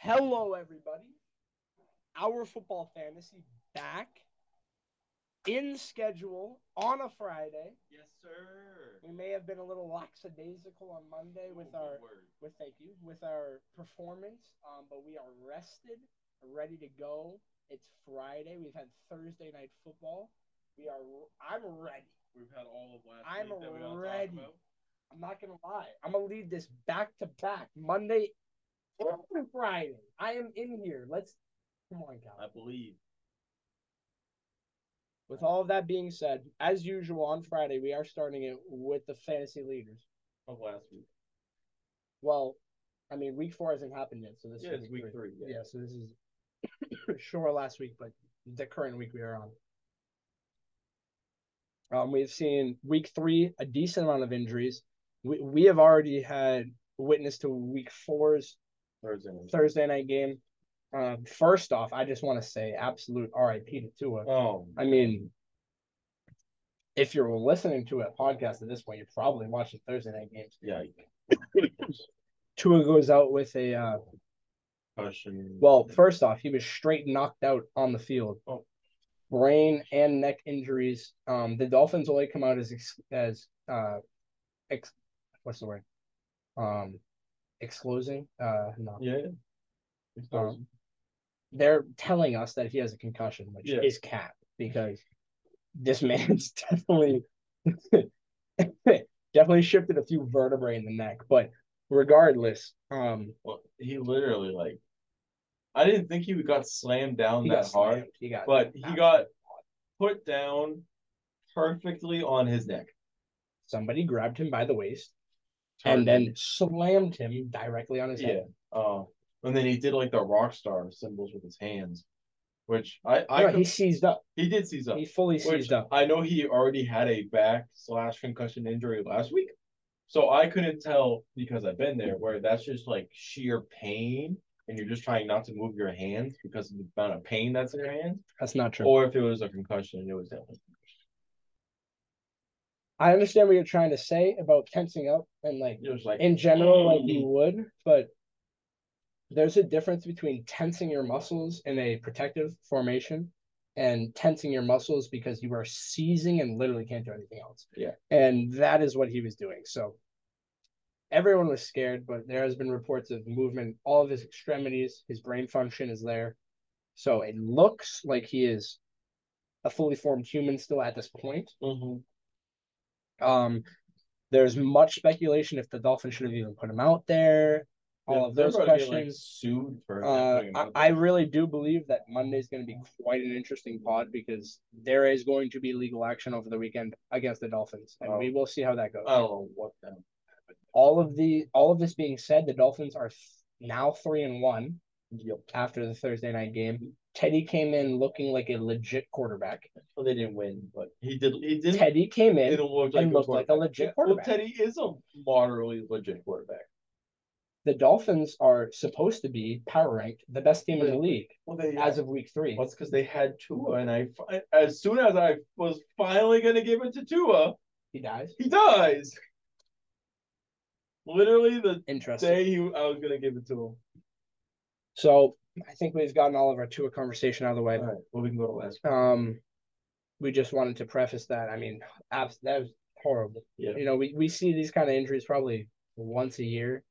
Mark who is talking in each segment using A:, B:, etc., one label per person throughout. A: Hello, everybody. Our football fantasy back in schedule on a Friday.
B: Yes, sir.
A: We may have been a little lackadaisical on Monday with
B: Oh, good
A: our
B: word.
A: with thank you with our performance, um, but we are rested, ready to go. It's Friday. We've had Thursday night football. We are. I'm ready.
B: We've had all of last
A: I'm
B: week that we don't
A: ready.
B: talk about.
A: I'm not gonna lie. I'm gonna lead this back to back Monday and Friday. I am in here. Let's come on,
B: I
A: Cal.
B: believe.
A: With all of that being said, as usual on Friday, we are starting it with the fantasy leaders.
B: Of last week.
A: Well, I mean, week four hasn't happened yet, so this
B: Yeah,
A: is
B: it's week three.
A: Yeah. so this is sure last week, but the current week we are on. Um, we've seen week three a decent amount of injuries. We we have already had witness to week four's
B: Thursday. night.
A: Thursday night game. Um, first off, I just want to say absolute RIP to Tua.
B: Oh,
A: I mean, if you're listening to a podcast at this point, you're probably watching Thursday night games.
B: yeah.
A: Tua goes out with a uh,
B: Concussion.
A: Well, first off, he was straight knocked out on the field.
B: Oh.
A: Brain and neck injuries. Um, the Dolphins only come out as ex- as uh, ex- what's the word? Um, exposing. Uh, no,
B: yeah.
A: um,
B: It's Thursday.
A: they're telling us that he has a concussion, which
B: Yeah.
A: is cap because this man's definitely definitely shifted a few vertebrae in the neck. But regardless, um,
B: Well, he literally like. I didn't think he got slammed down
A: he
B: that
A: got
B: hard,
A: slammed. Ah. He got
B: but he got put down perfectly on his neck.
A: somebody grabbed him by the waist. and then slammed him directly on his
B: yeah,
A: head.
B: uh, and then he did like the rock star symbols with his hands, which I I
A: No,
B: com-
A: he seized up.
B: he did seize up.
A: He fully
B: Which
A: seized up.
B: I know he already had a back slash concussion injury last week. So I couldn't tell because I've been there where that's just like sheer pain and you're just trying not to move your hands because of the amount of pain that's in your hands.
A: That's not true.
B: Or if it was a concussion and it was definitely
A: I understand what you're trying to say about tensing up and like
B: it was like mm.
A: in general, like you would, but there's a difference between tensing your muscles in a protective formation and tensing your muscles because you are seizing and literally can't do anything else.
B: Yeah.
A: And that is what he was doing. So everyone was scared, but there has been reports of movement, all of his extremities, his brain function is there. So it looks like he is a fully formed human still at this point.
B: Mhm.
A: Um, there's much speculation if the Dolphins should have even put him out there. All
B: Yeah,
A: of
B: they're
A: those
B: about to get, like,
A: questions.
B: sued for
A: Uh,
B: putting him
A: I,
B: out
A: I
B: there.
A: really do believe that Monday's going to be quite an interesting pod because there is going to be legal action over the weekend against the Dolphins, and
B: Oh.
A: we will see how that goes.
B: I don't know what that
A: all of the all of this being said, the Dolphins are th- now three and one
B: yep.
A: after the Thursday night game. Teddy came in looking like a legit quarterback.
B: Well, they didn't win, but he did he did
A: Teddy came
B: he
A: in.
B: didn't look
A: and looked like a legit
B: Yeah,
A: quarterback.
B: Well, Teddy is a moderately legit quarterback.
A: The Dolphins are supposed to be power ranked the best team in the league
B: Well, they
A: as of week three.
B: Well, it's because they had Tua, and I fi- as soon as I was finally gonna give it to Tua,
A: He dies.
B: he dies. Literally the
A: Interesting.
B: day he, I was gonna give it to him.
A: So I think we've gotten all of our Tua conversation out of the way.
B: All right, well we can go to last.
A: Um, we just wanted to preface that. I mean, abs- that was horrible.
B: Yeah.
A: You know, we, we see these kind of injuries probably once a year,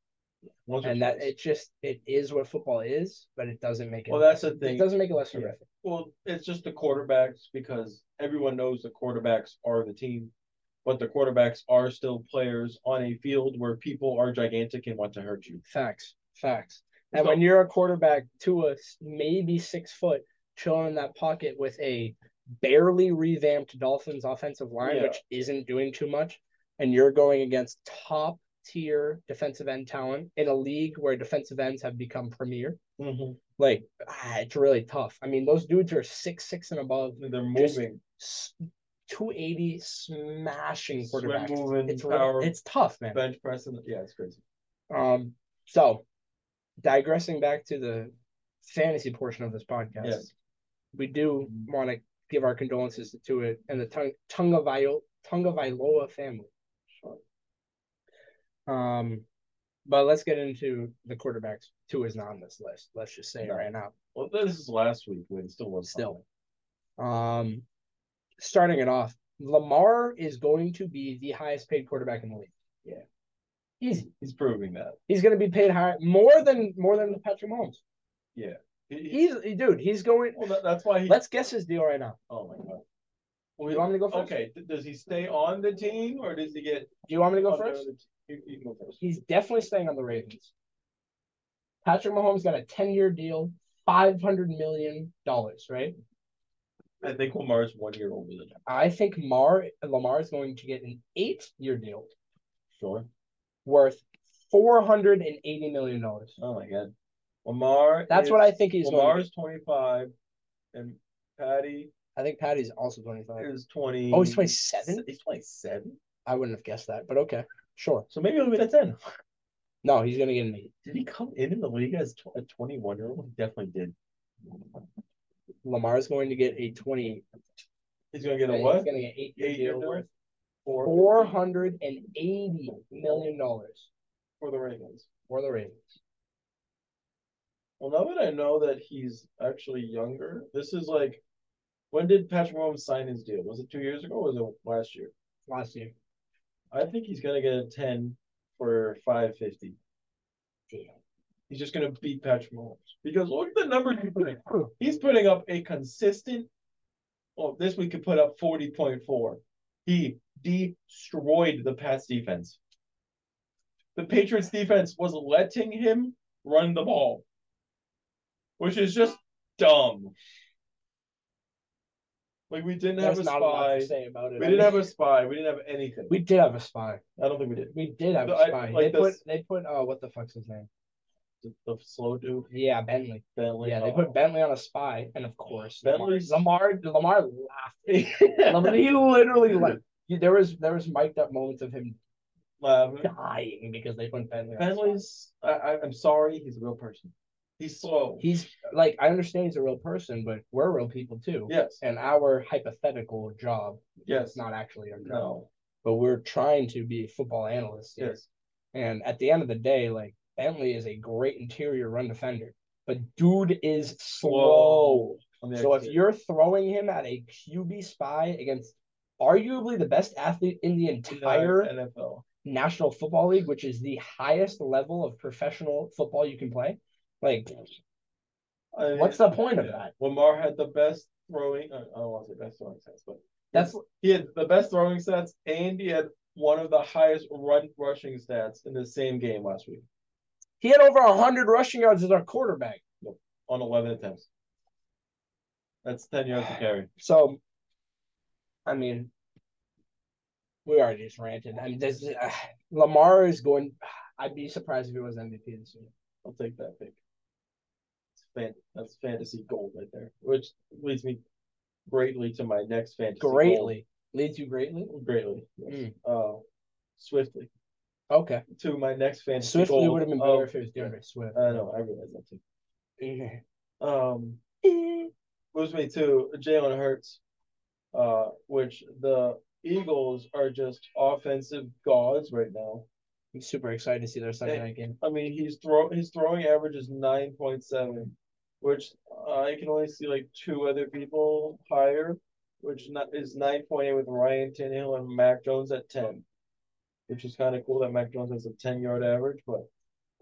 B: Once or
A: and that
B: twice.
A: it just it is what football is, but it doesn't make it.
B: well, that's the
A: it
B: thing.
A: doesn't make it less
B: Yeah.
A: horrific.
B: Well, it's just the quarterbacks because everyone knows the quarterbacks are the team, but the quarterbacks are still players on a field where people are gigantic and want to hurt you.
A: Facts, facts. And
B: So-
A: when you're a quarterback, Tua s- maybe six foot, chilling in that pocket with a barely revamped Dolphins offensive line,
B: Yeah.
A: which isn't doing too much, and you're going against top tier defensive end talent in a league where defensive ends have become premier.
B: Mhm.
A: Like, ah, it's really tough. I mean, those dudes are six six and above,
B: They're
A: Just
B: moving.
A: s- 280 smashing
B: Swim
A: quarterbacks.
B: moving,
A: it's really-
B: power.
A: it's tough, man.
B: bench pressing. Yeah, it's crazy.
A: Um, so digressing back to the fantasy portion of this podcast,
B: Yes. Mm-hmm.
A: we do want to give our condolences to Tua and the Tung- Tunga Vio- Tunga Vailoa family. Um, but let's get into the quarterbacks. two isn't on this list. Let's just say it
B: No.
A: right now.
B: Well, this is last week when it still was
A: Still. Um, starting it off, Lamar is going to be the highest paid quarterback in the league.
B: Yeah.
A: easy.
B: He's proving that.
A: He's going to be paid higher, more than more than Patrick Mahomes.
B: He- he-
A: He's dude. He's going.
B: well, that, that's why he.
A: Let's guess his deal right now.
B: oh my god.
A: Do you want me to go first?
B: Okay, th- does he stay on the team or does he get?
A: Do you want me to go
B: under
A: first?
B: the t- You, you can go first.
A: He's definitely staying on the Ravens. Patrick Mahomes got a ten-year deal, five hundred million dollars. Right.
B: I think Lamar's one year older than him.
A: I think Mar Lamar is going to get an eight-year deal
B: Sure.
A: worth four hundred and eighty million dollars.
B: Oh my god. Lamar.
A: That's
B: is,
A: what I think he's going.
B: Lamar's twenty five, and Patty
A: I think Patty's also twenty-five.
B: is twenty.
A: Oh, he's 27?
B: He's twenty seven.
A: I wouldn't have guessed that, but okay, sure.
B: So maybe he'll be at ten.
A: No, he's gonna get an eight.
B: Did he come in in the league as tw- a twenty one year old? He definitely did.
A: Lamar's going to get a twenty.
B: He's gonna get a
A: he's
B: what?
A: gonna get eight year
B: Eight year
A: deal
B: deal?
A: worth
B: Four,
A: four hundred and eighty million dollars
B: for the Ravens.
A: for the Ravens.
B: Well, now that I know that he's actually younger, this is like, when did Patrick Mahomes sign his deal? Was it two years ago or was it last year?
A: Last year.
B: I think he's gonna get a ten for five fifty. He's just gonna beat Patrick Mahomes because look at the numbers he's putting. He's putting up a consistent. Oh, this week he put up forty point four. He destroyed the Pats defense. The Patriots defense was letting him run the ball, which is just dumb. Like we didn't
A: There's
B: have a
A: not a lot
B: spy.
A: to say about it.
B: We didn't have a spy. We didn't have anything.
A: We did have a spy.
B: I don't think we did.
A: We did have a
B: I-
A: spy.
B: like
A: they put
B: this-
A: they put uh what the fuck's his name?
B: The, the slow dude.
A: Yeah, Bentley.
B: Bentley. Oh.
A: Yeah, they put Bentley on a spy, and of course Lamar
B: Bentley's-
A: Lamar, Lamar laughed.
B: Ben.
A: Lamar- he literally like there was there was mic'd up moments of him
B: um,
A: dying because they put Bentley. on the spot.
B: Bentley's. I, I, I'm sorry, he's a real person. He's slow.
A: He's like I understand he's a real person, but we're real people too.
B: yes.
A: And our hypothetical job
B: Yes.
A: is not actually our job,
B: No.
A: but we're trying to be football analysts. here.
B: Yes.
A: And at the end of the day, like Bentley is a great interior run defender, but dude is slow.
B: On the
A: So if
B: exit.
A: you're throwing him at a QB spy against arguably the best athlete in the
B: In the
A: entire
B: NFL.
A: National Football League, which is the highest level of professional football you can play, like
B: I mean,
A: what's the point of
B: yeah.
A: that?
B: Lamar had the best throwing. uh, I I don't want to say best throwing sets, but
A: That's
B: he had the best throwing sets, and he had one of the highest run rushing stats in the same game last week
A: He had over 100 rushing yards as our quarterback.
B: on 11 attempts. That's 10 yards to carry.
A: So, I mean, we already just ranted. I mean, this, uh, Lamar is going. I'd be surprised if he was MVP this year.
B: I'll take that pick. It's fan- that's fantasy gold right there, which leads me greatly to my next fantasy. goal.
A: Greatly Hmm. leads you greatly.
B: greatly, yes. Uh, swiftly
A: Okay,
B: to my next fantasy.
A: Swiftly
B: goal
A: would have been
B: of-
A: better if it was DeAndre Swift.
B: I know, I realize that too. Um, moves me to Jalen Hurts, uh, which the Eagles are just offensive gods right now.
A: I'm super excited to see their Sunday night game.
B: I mean, he's throw his throwing average is nine point seven, which I can only see like two other people higher, which not, is nine point eight with Ryan Tannehill and Mac Jones at ten, which is kind of cool that Mac Jones has a ten yard average, but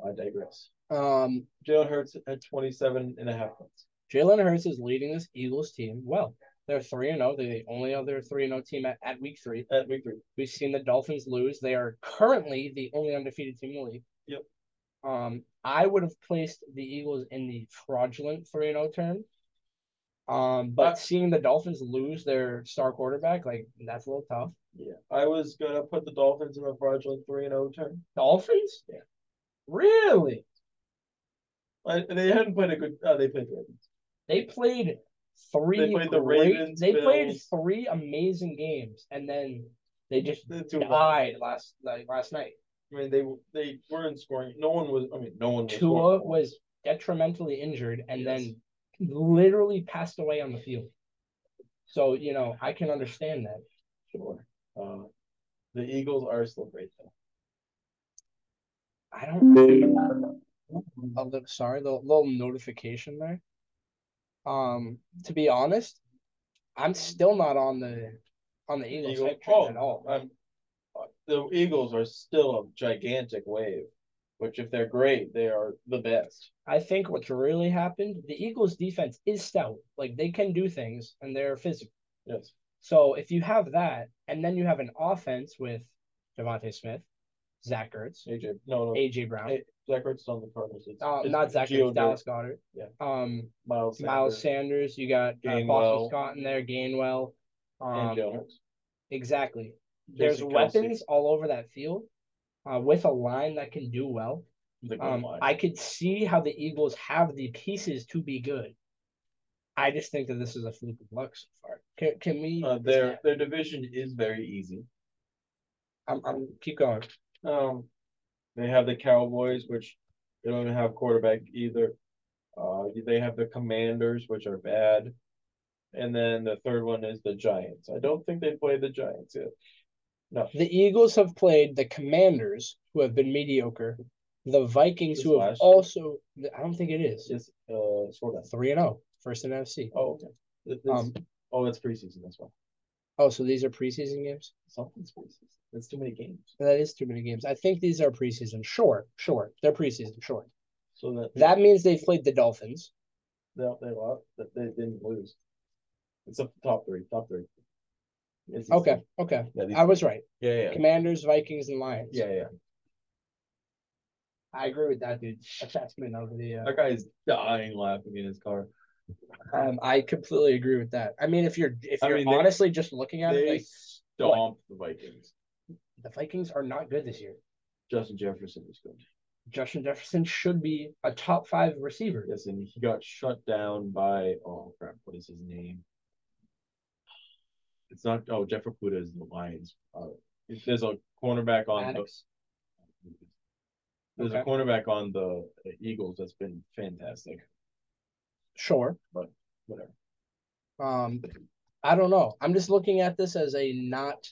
B: I digress.
A: Um,
B: Jalen Hurts at 27 and a half points.
A: Jalen Hurts is leading this Eagles team well. They're three and zero. They're the only other three and zero team at, at week three.
B: at week three.
A: We've seen the Dolphins lose. They are currently the only undefeated team in the league.
B: Yep.
A: Um, I would have placed the Eagles in the fraudulent 3 0 term. Um, but
B: Uh,
A: seeing the Dolphins lose their star quarterback, like that's a little tough.
B: Yeah. I was gonna put the Dolphins in a fraudulent three and O turn.
A: Dolphins?
B: Yeah.
A: Really?
B: I, they hadn't played a good. Uh, they played the Ravens.
A: They played three
B: They played the
A: great-
B: Ravens,
A: they played
B: Bills.
A: three amazing games and then they just
B: The two.
A: died last like last night.
B: I mean, they they weren't scoring. No one was. I mean, no one was.
A: Tua
B: scoring.
A: was detrimentally injured and
B: Yes.
A: then literally passed away on the field. So, you know, I can understand that.
B: Sure. Uh, the Eagles are still great though.
A: I don't a little sorry, the little notification there. Um, to be honest, I'm still not on the on the Eagles
B: Eagle-
A: hype train
B: oh,
A: at all.
B: I'm, the Eagles are still a gigantic wave, which if they're great, they are the best.
A: I think what's really happened, the Eagles defense is stout. Like they can do things and they're physical.
B: Yes.
A: So if you have that, and then you have an offense with Devontae Smith, Zach Ertz,
B: AJ, no, no,
A: AJ Brown,
B: Hey, Zach Ertz on the Cardinals. It's,
A: uh,
B: it's
A: not Zach
B: Geo
A: Ertz, Dallas Goddard,
B: Yeah.
A: um,
B: Miles,
A: Miles
B: Sanders,
A: Sanders. You got uh, Boston
B: Gainwell.
A: Scott in there, Gainwell.
B: and
A: Um,
B: Jones.
A: exactly. There's
B: Jason Kelce,
A: weapons all over that field, uh, with a line that can do well.
B: the good
A: Um,
B: line.
A: I could see how the Eagles have the pieces to be good. I just think that this is a fluke of luck so far. Can, can we?
B: Uh, their their division is very easy.
A: I'm, I'm keep going.
B: Um, they have the Cowboys, which they don't even have quarterback either. Uh, they have the Commanders, which are bad, and then the third one is the Giants. I don't think they play the Giants yet. No,
A: The Eagles have played the Commanders, who have been mediocre, the Vikings,
B: This
A: who have
B: last year?
A: also. I don't think it is.
B: it's just uh, sort of.
A: Three and zero, first in NFC.
B: Oh, okay. Th- this-
A: Um,
B: oh, it's preseason. That's why.
A: Oh, so these are preseason games.
B: Something's preseason. That's too many games.
A: That is too many games. I think these are preseason. Sure, sure, they're preseason. Sure.
B: So that
A: That means they've played the Dolphins.
B: They they lost, but they didn't lose. It's up the top three, top three. It's
A: Okay,
B: easy.
A: okay.
B: Yeah, these-
A: I was right.
B: yeah, yeah, yeah,
A: Commanders, Vikings, and Lions.
B: yeah, yeah.
A: I agree with that, dude. Assessment of the. Uh,
B: That guy is dying laughing in his car.
A: um, I completely agree with that. I mean, if you're if
B: I
A: you're
B: mean, they-
A: honestly just looking at it,
B: They
A: like,
B: stomped the Vikings.
A: the Vikings are not good this year.
B: Justin Jefferson was good.
A: Justin Jefferson should be a top five receiver.
B: Yes, and he got shut down by oh crap, what is his name? It's not oh Jeff Okuda is the Lions. Uh, if there's a cornerback on the
A: Maddox.
B: there's a
A: Okay.
B: cornerback on the Eagles that's been fantastic.
A: Sure.
B: Whatever.
A: Um, I don't know. I'm just looking at this as a not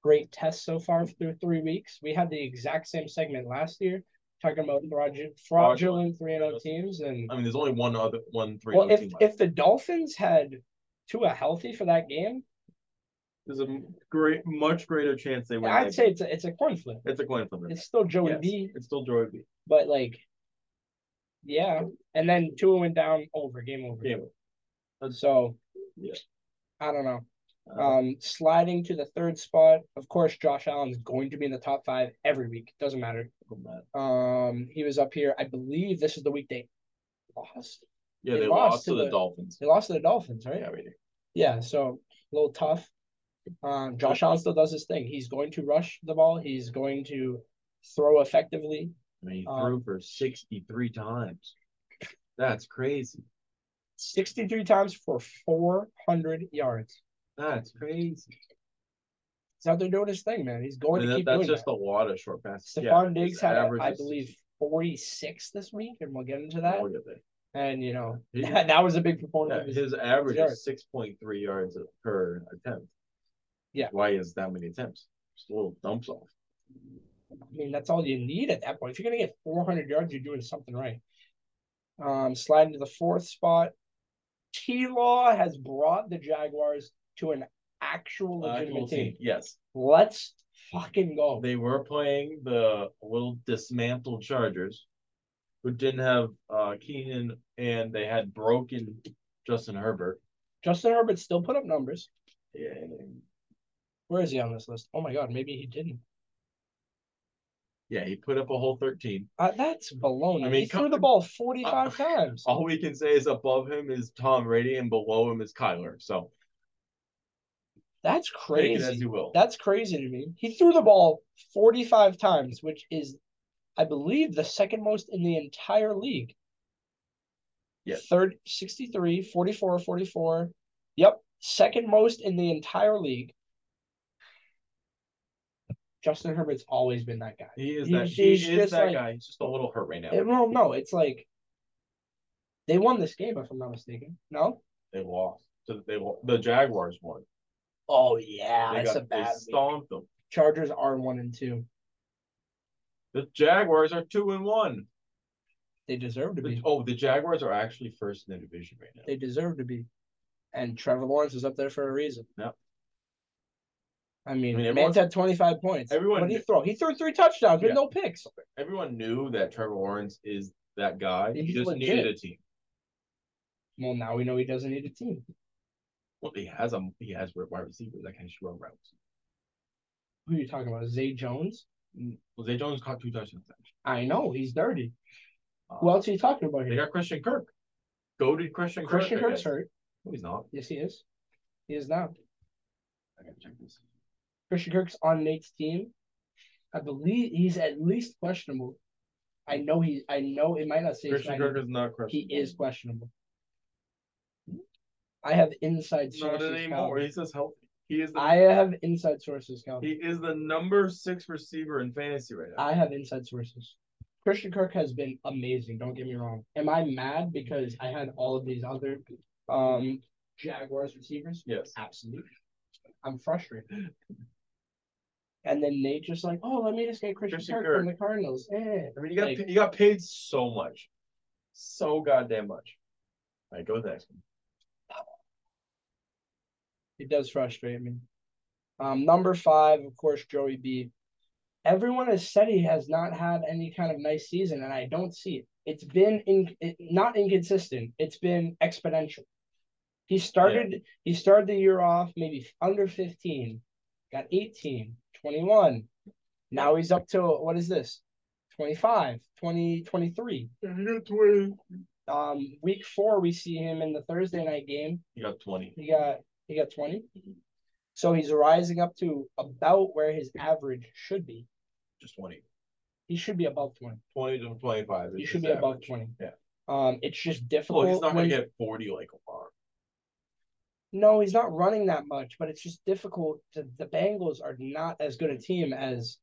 A: great test so far through three weeks. We had the exact same segment last year talking about fraudulent, fraudulent three and O teams, and
B: I mean, there's only one other one three.
A: well,
B: other
A: if
B: team left.
A: if the Dolphins had Tua healthy for that game,
B: There's a m- great, much greater chance they win.
A: I'd
B: that-
A: say it's a, it's a coin flip.
B: it's a coin flip.
A: It's still Joey
B: Yes,
A: B,
B: It's still Joey B.
A: but like, yeah. And then Tua went down over game over.
B: Yeah.
A: So,
B: Yeah.
A: I don't know.
B: Uh,
A: Um, sliding to the third spot, of course, Josh Allen's going to be in the top five every week. Doesn't matter.
B: from that.
A: Um, he was up here. I believe this is the week they lost.
B: yeah,
A: they
B: they
A: lost
B: lost,
A: to
B: to the,
A: the-
B: Dolphins.
A: They lost to the Dolphins, right?
B: Yeah, we do.
A: Yeah, so a little tough. Um, Josh Allen still does his thing. He's going to rush the ball. He's going to throw effectively.
B: I mean, he
A: Um,
B: threw for 63 times. That's crazy.
A: 63 times for 400 yards.
B: That's crazy.
A: He's out there doing his thing, man. He's going
B: And
A: to
B: that-
A: keep
B: that's
A: doing
B: just
A: that.
B: a lot of short passes. Yeah,
A: Stephon
B: his
A: Diggs had,
B: average
A: I
B: is-
A: believe, 46 this week, and we'll get into that.
B: Look at that.
A: And you know
B: He-
A: that was a big proponent
B: Yeah,
A: of his.
B: his average
A: yards.
B: is 6.3 yards per attempt.
A: Yeah.
B: Why is that many attempts? Just a little dumps off.
A: I mean, that's all you need at that point. If you're gonna get 400 yards, you're doing something right. Um, sliding to the fourth spot, T. Law has brought the Jaguars to an actual legitimate
B: Actual
A: team.
B: team, Yes.
A: Let's fucking go.
B: They were playing the little dismantled Chargers, who didn't have uh, Keenan, and they had broken Justin Herbert.
A: Justin Herbert still put up numbers.
B: And,
A: Where is he on this list? Oh my god, maybe he didn't.
B: yeah, he put up a whole 13.
A: Uh, that's baloney. I
B: I mean, Uh,
A: mean, he
B: co-
A: threw the ball 45 times.
B: All we can say is above him is Tom Brady, and below him is Kyler. So
A: That's
B: take it
A: crazy.
B: as you will.
A: That's crazy to me. He threw the ball 45 times, which is, I believe, the second most in the entire league.
B: Yeah.
A: Third, 63, 44, 44. Yep. Second most in the entire league. Justin Herbert's always been that guy.
B: he is
A: He-
B: that. He
A: he's
B: is
A: just
B: that
A: like-
B: guy. He's just a little hurt right now.
A: Eh, well, no, it's like they won this game, if I'm not mistaken. No?
B: they lost. So they lo- the Jaguars won.
A: Oh, yeah.
B: They,
A: that's a
B: got, they
A: bad week.
B: stomped them.
A: Chargers are one and two.
B: The Jaguars are two and one.
A: They deserve to
B: The-
A: be.
B: oh, the Jaguars are actually first in the division right now.
A: They deserve to be. And Trevor Lawrence is up there for a reason.
B: Yep.
A: I mean,
B: I mean,
A: man's had 25 points.
B: everyone
A: what did he
B: knew-
A: throw? He threw three touchdowns with
B: Yeah.
A: no picks.
B: Everyone knew that Trevor Lawrence is that guy. He
A: He's
B: just
A: legit.
B: needed a team.
A: Well, now we know he doesn't need a team.
B: Well, he has a he has wide receivers that can just run routes.
A: Who are you talking about? Zay Jones?
B: Well, Zay Jones caught two touchdowns. Actually.
A: I know he's dirty.
B: Uh,
A: Who else are you talking about
B: they
A: here?
B: got Christian Kirk. Goaded Christian Kirk.
A: Christian
B: I
A: Kirk's
B: guess.
A: hurt.
B: No, he's not.
A: Yes, he is. He is now.
B: I gotta check this.
A: Christian Kirk's on Nate's team. I believe he's at least questionable. I know he. I know it might not say it's
B: Christian
A: not-
B: Kirk is not
A: he
B: Christian.
A: is questionable. I have inside
B: not
A: sources.
B: anymore.
A: Cal.
B: He's just healthy. He is the
A: I have inside sources, Cal.
B: he is the number six receiver in fantasy right now.
A: I have inside sources. Christian Kirk has been amazing. Don't get me wrong. Am I mad because I had all of these other um Jaguars receivers?
B: yes.
A: Absolutely. I'm frustrated. And then Nate just like, oh, let me just get Christian,
B: Christian
A: Kirk, from the Cardinals. Eh.
B: I mean, you got
A: Like-
B: you got paid so much, so goddamn much. All right, go with the next one.
A: It does frustrate me. Um, number five, of course, Joey B. Everyone has said he has not had any kind of nice season, and I don't see it. It's been in it, not inconsistent. It's been exponential. He started he started the year off maybe under 15, got 18, 21. Now he's up to what is this? 25, 20, 23.
B: You got twenty.
A: Um, week four, we see him in the Thursday night game.
B: You got twenty.
A: He got he got 20. So he's rising up to about where his average should be.
B: Just twenty.
A: He should be above 20.
B: Twenty to twenty-five.
A: He
B: is
A: should
B: his
A: be above
B: average.
A: 20.
B: Yeah.
A: Um, it's just difficult.
B: Well, he's not
A: when-
B: gonna get forty like Lamar.
A: No, he's not running that much, but it's just difficult. The, the Bengals are not as good a team as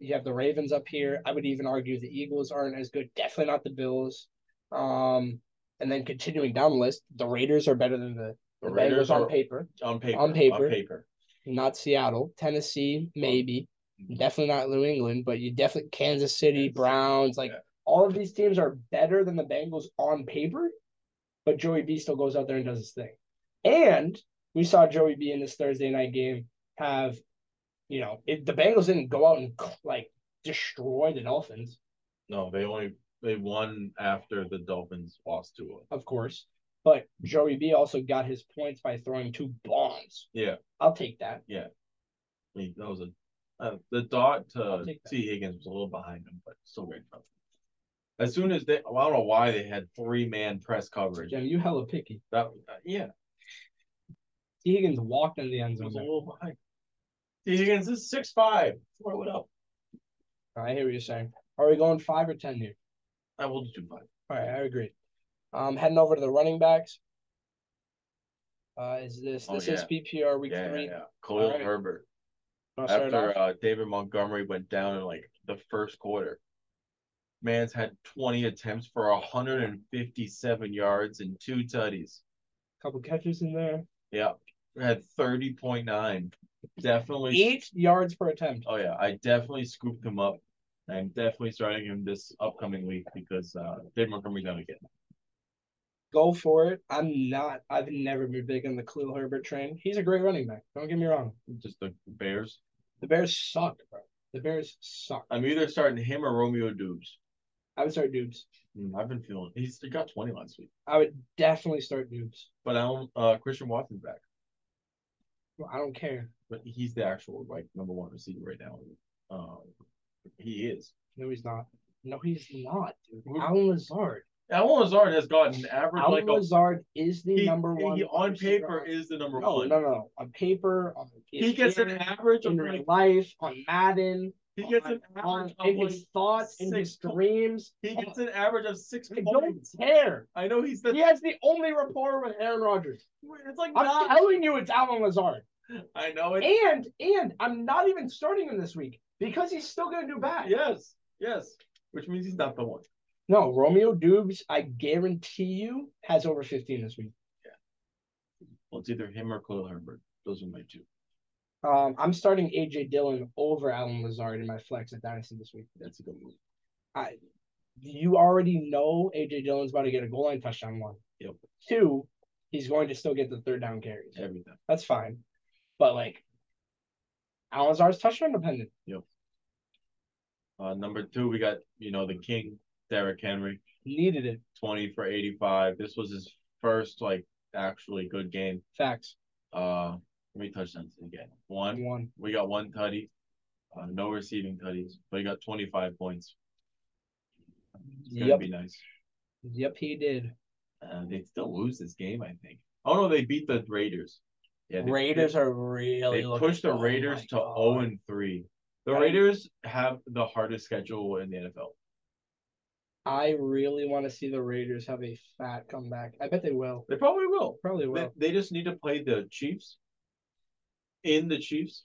A: you have the Ravens up here. I would even argue the Eagles aren't as good. Definitely not the Bills. Um, and then continuing down the list, the Raiders are better than the,
B: The
A: the
B: Raiders
A: Bengals on
B: are-
A: paper.
B: On paper.
A: On paper.
B: On paper.
A: Not Seattle, Tennessee, maybe. Definitely not New England, but you definitely Kansas City,
B: mm-hmm. Kansas City,
A: Browns, like
B: yeah.
A: all of these teams are better than the Bengals on paper, but Joey B still goes out there and does his thing. And we saw Joey B in this Thursday night game have, you know, it, the Bengals didn't go out and like destroy the Dolphins,
B: No, they only they won after the Dolphins lost to uh, him.
A: of course, but Joey B also got his points by throwing two bombs.
B: Yeah.
A: I'll take that.
B: I mean, that was a uh, the dot
A: I'll
B: to
A: take that.
B: T Higgins was a little behind him, but still great coverage. As soon as they, well, I don't know why they had three man press coverage.
A: Jim, you hella picky.
B: That uh, yeah,
A: T. Higgins walked into the end
B: it was a
A: zone.
B: little behind. T Higgins is six five. Throw it up.
A: I hear what you're saying. Are we going five or ten here?
B: I will do five.
A: All right, I agree. Um, heading over to the running backs. Uh, is this
B: Oh,
A: this is
B: yeah.
A: PPR week
B: Yeah, yeah,
A: three?
B: yeah. Khalil
A: Alright.
B: Herbert
A: Wanna start it
B: after
A: off?
B: uh, David Montgomery went down in like the first quarter. Man's had 20 attempts for 157 yards and two tutties.
A: couple catches in there.
B: Yeah, had 30.9. Definitely.
A: Eight yards per attempt.
B: Oh yeah, I definitely scooped him up. I'm definitely starting him this upcoming week because uh, David Montgomery's out again.
A: Go for it. I'm not. I've never been big on the Khalil Herbert train. He's a great running back. Don't get me wrong.
B: Just the Bears.
A: The Bears suck, bro. The Bears suck.
B: I'm either starting him or Romeo Dubes.
A: I would start Dubes.
B: Hmm, I've been feeling he's he got 20 last week,
A: I would definitely start Dubes.
B: but I don't. Uh, Christian Watson's back,
A: I don't care.
B: but he's the actual like number one receiver right now. Um, he is.
A: No, he's not. No, he's not, dude.
B: Who-
A: Alan Lazard.
B: Alan Lazard has gotten average
A: Alan
B: like a
A: Lazard is the
B: he,
A: number
B: he
A: one.
B: on
A: receiver
B: paper is the number
A: No,
B: one.
A: no, no. On paper, on
B: He gets an
A: ESPN,
B: average of
A: in real
B: like
A: life, on Madden,
B: he gets
A: on,
B: an
A: on
B: average of
A: in
B: like,
A: his thoughts, in
B: six
A: his
B: points.
A: dreams.
B: he gets an average of six
A: Oh. I don't
B: points.
A: care.
B: I know he's the
A: He has the only rapport with Aaron Rodgers.
B: It's like
A: I'm
B: not.
A: telling you, it's Alan Lazard.
B: I know it.
A: And and I'm not even starting him this week because he's still gonna do bad.
B: Yes, yes. Which means he's not the one.
A: No, Romeo Dubes, I guarantee you, has over 15 this week.
B: Well, it's either him or Khalil Herbert. Those are my two.
A: Um, I'm starting AJ Dillon over Alan Lazard in my flex at Dynasty this week.
B: That's a good move.
A: you already know AJ Dillon's about to get a goal line touchdown one.
B: Yep.
A: Two, he's going to still get the third down carries.
B: everything.
A: That's fine. But like Alazar's touchdown dependent.
B: Uh, number two, we got you know the king, Derrick Henry,
A: Needed it.
B: twenty for eighty-five. This was his first like actually good game.
A: Facts.
B: Uh, let me touch something again. One,
A: One.
B: we got one tutty, uh, no receiving tutties, but he got twenty-five points. It's gonna
A: Yep.
B: be nice.
A: Yep, he did.
B: Uh, they still lose this game, I think. Oh no, they beat the Raiders. Yeah, they,
A: Raiders are
B: They,
A: really
B: they
A: looking-
B: pushed the
A: oh
B: Raiders
A: my
B: to
A: God.
B: zero and three. The
A: I-
B: Raiders have the hardest schedule in the NFL.
A: I really want to see the Raiders have a fat comeback. I bet they will.
B: They probably will.
A: Probably will.
B: They, they just need to play the Chiefs in the Chiefs,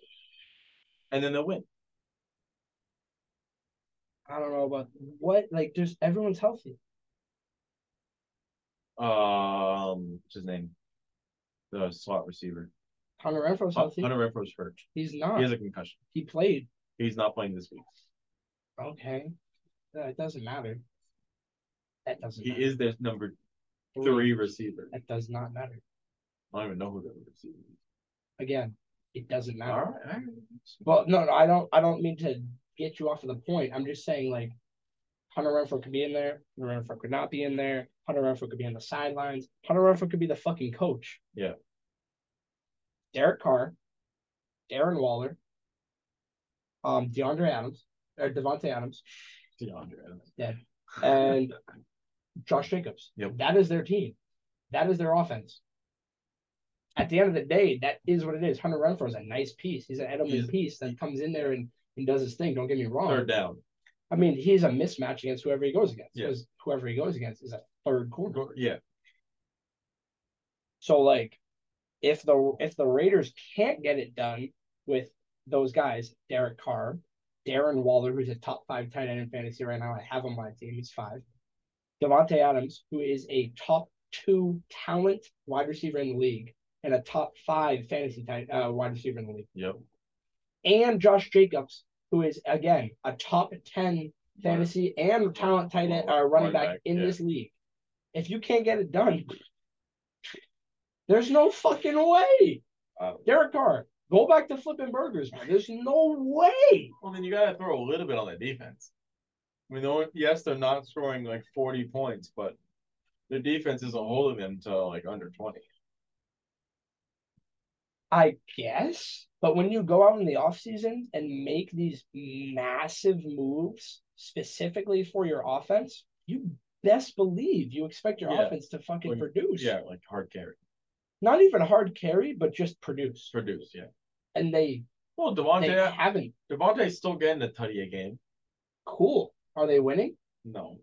B: and then they'll win.
A: I don't know about what like there's everyone's healthy.
B: Um, what's his name? The slot receiver.
A: Hunter Renfro's
B: Hun-
A: healthy.
B: Hunter Renfro's hurt.
A: He's not.
B: He
A: He,
B: has a concussion.
A: played.
B: He's not playing this week.
A: Okay. Yeah, it doesn't matter. That doesn't
B: He
A: matter.
B: is their number three receiver.
A: That does not matter.
B: I don't even know who the receiver is.
A: Again, it doesn't
B: All
A: matter.
B: right, all right.
A: Well, no, no, I don't. I don't mean to get you off of the point. I'm just saying, like, Hunter Renfro could be in there. Hunter Renfro could not be in there. Hunter Renfro could be on the sidelines. Hunter Renfro could be the fucking coach.
B: Yeah.
A: Derek Carr, Darren Waller, um, DeAndre Adams or Devontae Adams,
B: DeAndre Adams.
A: Yeah. and Josh Jacobs.
B: Yep.
A: That is their team. That is their offense. At the end of the day, that is what it is. Hunter Renfro is a nice piece. He's an Edelman
B: He's-
A: piece that comes in there and, and does his thing. Don't get me wrong.
B: Third down.
A: I mean, he's a mismatch against whoever he goes against.
B: Yeah.
A: Because whoever he goes against is a third corner.
B: Go- Yeah,
A: So like if the if the Raiders can't get it done with those guys, Derek Carr, Darren Waller, who's a top five tight end in fantasy right now. I have him on my team. He's five. Devontae Adams, who is a top two talent wide receiver in the league and a top five fantasy tight uh, wide receiver in the league.
B: yep.
A: And Josh Jacobs, who is again a top ten fantasy and talent tight end or running
B: Running
A: back,
B: back,
A: in
B: yeah.
A: this league. If you can't get it done, there's no fucking way.
B: Uh,
A: Derek Carr, go back to flipping burgers, man. There's no way.
B: Well, then you gotta throw a little bit on the defense. I mean, the only- yes, they're not scoring like forty points, but their defense isn't holding them to like under twenty.
A: I guess. But when you go out in the offseason and make these massive moves specifically for your offense, you best believe you expect your
B: Yeah.
A: offense to fucking
B: When-
A: produce.
B: Yeah, like hard carry,
A: Not even hard carry, but just produce.
B: produce. Yeah.
A: And they
B: Well,
A: they
B: Devontae,
A: haven't
B: Devontae's still getting a tutty a game.
A: Cool. Are they winning?
B: No,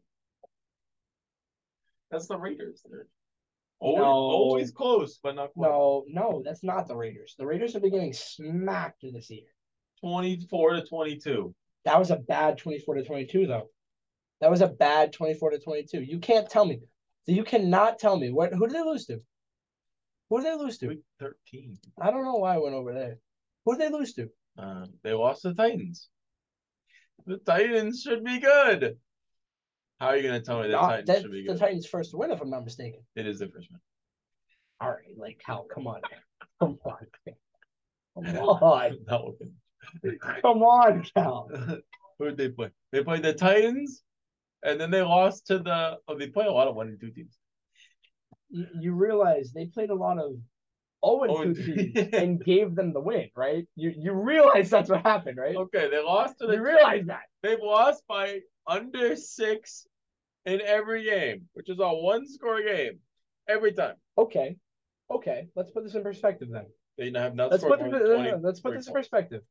B: that's the Raiders. They're always,
A: No.
B: always close, but not close.
A: No, no, that's not the Raiders. The Raiders have been getting smacked this year.
B: Twenty-four to twenty-two.
A: That was a bad 24 to 22, though. That was a bad 24 to 22. You can't tell me. You cannot tell me. What? Who did they lose to? Who did they lose to?
B: Week thirteen.
A: I don't know why I went over there. Who did they lose to?
B: Uh, they lost the Titans. The Titans should be good. How are you gonna tell me the
A: Not-
B: Titans
A: Ah, that's
B: should be
A: the
B: good?
A: Titans' first win, if I'm not mistaken.
B: It is the freshman.
A: All right, like, Cal, come on. man. Come on. man. Come on.
B: No.
A: Come on, Cal.
B: Who did they play? They played the Titans, and then they lost to the. Oh, they play a lot of one and two teams.
A: You, you realize they played a lot of 0
B: Oh,
A: and
B: and-
A: 2 teams. and gave them the win, right? You you realize that's what happened, right?
B: okay, they lost to the.
A: You realize that.
B: They've lost by under six in every game, which is a one-score game every time.
A: Okay. Okay. Let's put this in perspective then.
B: They have not
A: Let's
B: scored
A: put this,
B: more
A: no,
B: than
A: no, no,
B: 20
A: let's put
B: three
A: this in
B: points.
A: perspective.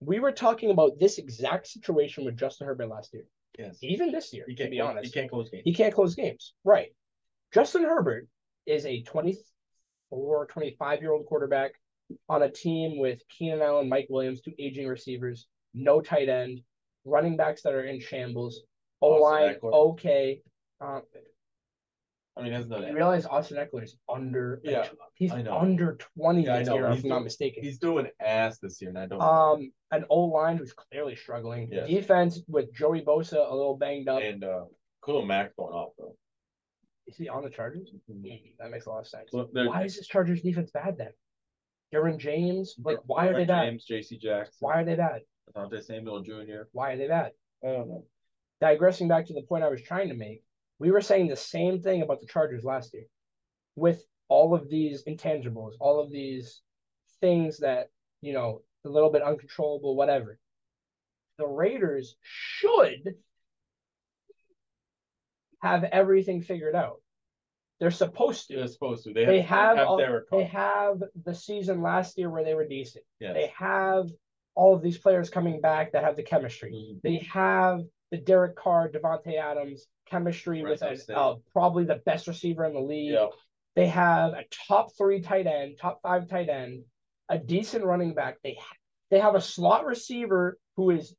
A: We were talking about this exact situation with Justin Herbert last year.
B: Yes,
A: Even this year,
B: you
A: to
B: can't
A: be
B: close- You
A: honest.
B: can't close games.
A: He can't close games. Right. Justin Herbert is a 24, 25 year old quarterback on a team with Keenan Allen, Mike Williams, two aging receivers, no tight end, running backs that are in shambles, O line,
B: Austin Eckler.
A: okay. Um,
B: I mean, that's not
A: You
B: it.
A: realize Austin Eckler is under like,
B: Yeah,
A: tw- he's
B: I know.
A: under twenty
B: Yeah, I
A: this
B: know.
A: year, if
B: He's
A: I'm not
B: doing-
A: mistaken.
B: He's doing ass this year, and I don't.
A: Um, an old line who's clearly struggling.
B: Yeah.
A: Defense with Joey Bosa a little banged up.
B: and uh, Khalil Mack going off though.
A: Is he on the Chargers?
B: Mm-hmm.
A: Mm, That makes a lot of sense.
B: So they're-
A: Why is this Chargers defense bad then? Darren James, like why are they
B: Derek
A: bad?
B: James, J.C. Jackson,
A: Why are they bad?
B: Dante Samuel Jr.
A: Why are they bad?
B: I don't know.
A: Digressing back to the point I was trying to make, we were saying the same thing about the Chargers last year, with all of these intangibles, all of these things that you know a little bit uncontrollable, whatever. The Raiders should have everything figured out. They're supposed to.
B: They're supposed to. They,
A: They
B: have,
A: have
B: have
A: all-
B: Derek Carr.
A: They have the season last year where they were decent.
B: Yes.
A: They have all of these players coming back that have the chemistry.
B: Mhm.
A: They have the Derek Carr, Devontae Adams chemistry
B: Right,
A: with
B: I'm
A: a,
B: saying.
A: uh, probably the best receiver in the league.
B: Yeah.
A: They have a top three tight end, top five tight end, a decent running back. They ha- they have a slot receiver who is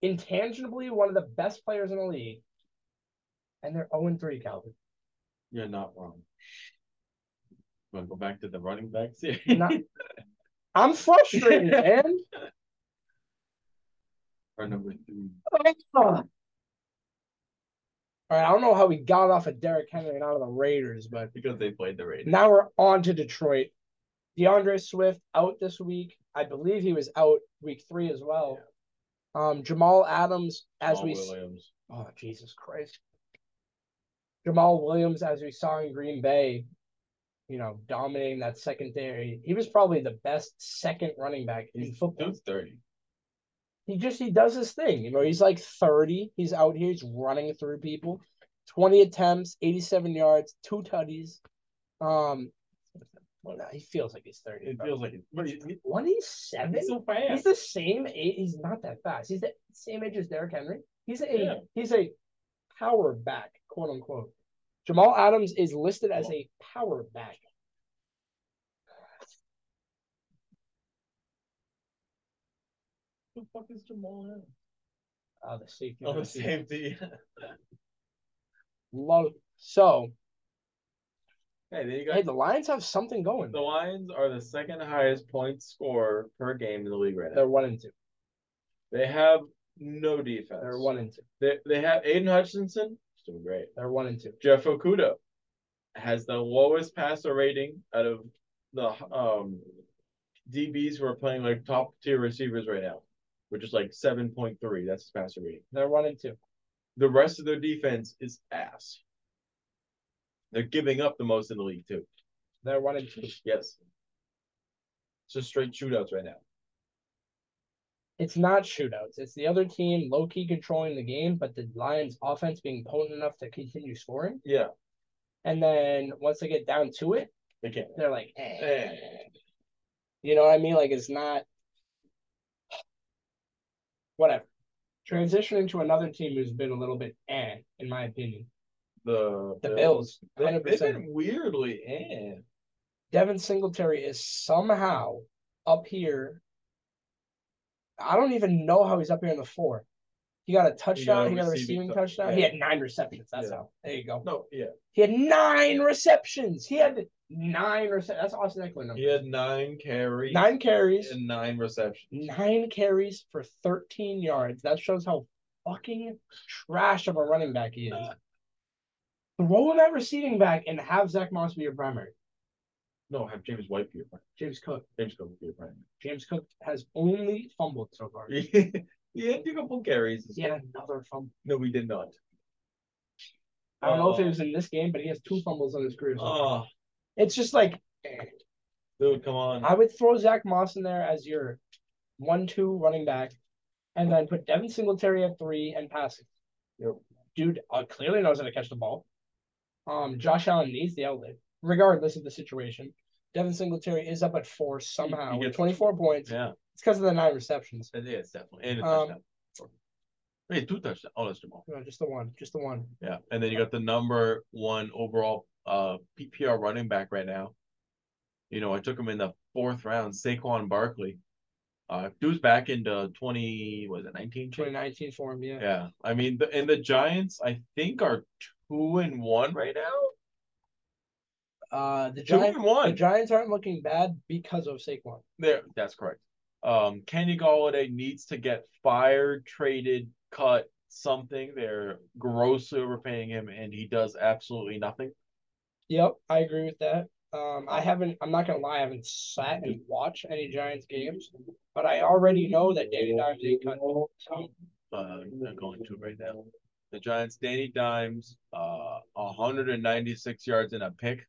A: intangibly one of the best players in the league. And they're 0 3, Calvin.
B: You're not wrong. Want to go back to the running backs here?
A: Not, I'm frustrated, man.
B: or number three.
A: All right, I don't know how we got off of Derrick Henry and out of the Raiders, but
B: Because they played the Raiders.
A: now we're on to Detroit. DeAndre Swift out this week. I believe he was out week three as well. Um, Jamal Adams, as
B: Jamal
A: we s-
B: Williams.
A: oh Jesus Christ, Jamal Williams, as we saw in Green Bay, you know, dominating that secondary. He was probably the best second running back in
B: He's
A: football
B: dude's 30.
A: he just he does his thing. You know, he's like 30. He's out here, he's running through people. 20 attempts, 87 yards, two tutties. Um well, nah, he feels like he's 30.
B: It
A: bro.
B: feels like it. But he, he-
A: 27?
B: he's so fast.
A: He's the same age. He's not that fast. He's the same age as Derrick Henry. He's a
B: Yeah.
A: he's a power back, quote unquote. Jamal Adams is listed as a power back.
B: Who the fuck is Jamal Adams?
A: Uh, the safety.
B: Oh, the
A: receiver.
B: safety.
A: Love. So,
B: hey, there you go.
A: hey, the Lions have something going.
B: The Lions are the second highest point scorer per game in the league right now.
A: They're one and two.
B: They have no defense.
A: They're one and two.
B: They, they have Aiden Hutchinson. He's doing great.
A: They're one and two.
B: Jeff Okuda has the lowest passer rating out of the um, DBs who are playing like top tier receivers right now, which is like 7.3. That's his passer rating.
A: They're one and two.
B: The rest of their defense is ass. They're giving up the most in the league, too.
A: They're one and two.
B: Yes. It's just straight shootouts right now.
A: It's not shootouts. It's the other team low key controlling the game, but the Lions' offense being potent enough to continue scoring.
B: Yeah,
A: And then once they get down to it,
B: they can't.
A: they're like, eh.
B: Eh.
A: you know what I mean? Like it's not whatever. Transitioning to another team who's been a little bit eh, in my opinion.
B: The,
A: The Bills,
B: They,
A: hundred
B: have
A: percent.
B: been weirdly eh.
A: Devin Singletary is somehow up here. I don't even know how he's up here in the four. He got a touchdown. He got a receiving,
B: tou-
A: touchdown. He
B: yeah.
A: had nine receptions. That's
B: Yeah.
A: how. There you go.
B: No, yeah.
A: He had nine receptions. He had nine receptions. That's Austin Eckler number.
B: He had nine carries.
A: Nine carries,
B: and nine receptions.
A: nine carries for 13 yards. That shows how fucking trash of a running back he is. Throw him at receiving back and have Zach Moss be your primary.
B: No, have James White be your primary.
A: James Cook.
B: James Cook be your primary.
A: James Cook has only fumbled so far.
B: he had a couple carries.
A: He had another fumble.
B: No, we did not.
A: I don't know if
B: Oh.
A: it was in this game, but he has two fumbles in his career. so far.
B: Oh,
A: It's just like
B: dude, come on.
A: I would throw Zach Moss in there as your one-two running back, and then put Devin Singletary at three and passing.
B: Yep.
A: Dude, uh, clearly knows how to catch the ball. Um, Josh Allen needs the outlet, regardless of the situation. Devin Singletary is up at four somehow.
B: He- he
A: with
B: gets-
A: Twenty-four points.
B: yeah,
A: It's because of the nine receptions.
B: it is definitely. And a
A: Um,
B: touchdown. Wait, two touchdowns. Oh, that's Jamal.
A: No, just the one. Just the one.
B: Yeah, and then you got the number one overall uh PPR running back right now. You know, I took him in the fourth round, Saquon Barkley. Uh, dude's back into twenty, was it nineteen?
A: 2019 for him. Yeah.
B: Yeah, I mean, the, and the Giants, I think, are two and one right now.
A: Uh, the
B: Two and
A: Giants. The
B: one.
A: Giants aren't looking bad because of Saquon.
B: There, that's correct. Um, Kenny Galladay needs to get fired, traded, cut, something. They're grossly overpaying him, and he does absolutely nothing.
A: Yep, I agree with that. Um, I haven't. I'm not gonna lie. I haven't sat and watched any Giants games, but I already know that Danny Dimes ain't cut. So,
B: Uh, I'm going to right now. The Giants, Danny Dimes, uh, 196 yards and a pick.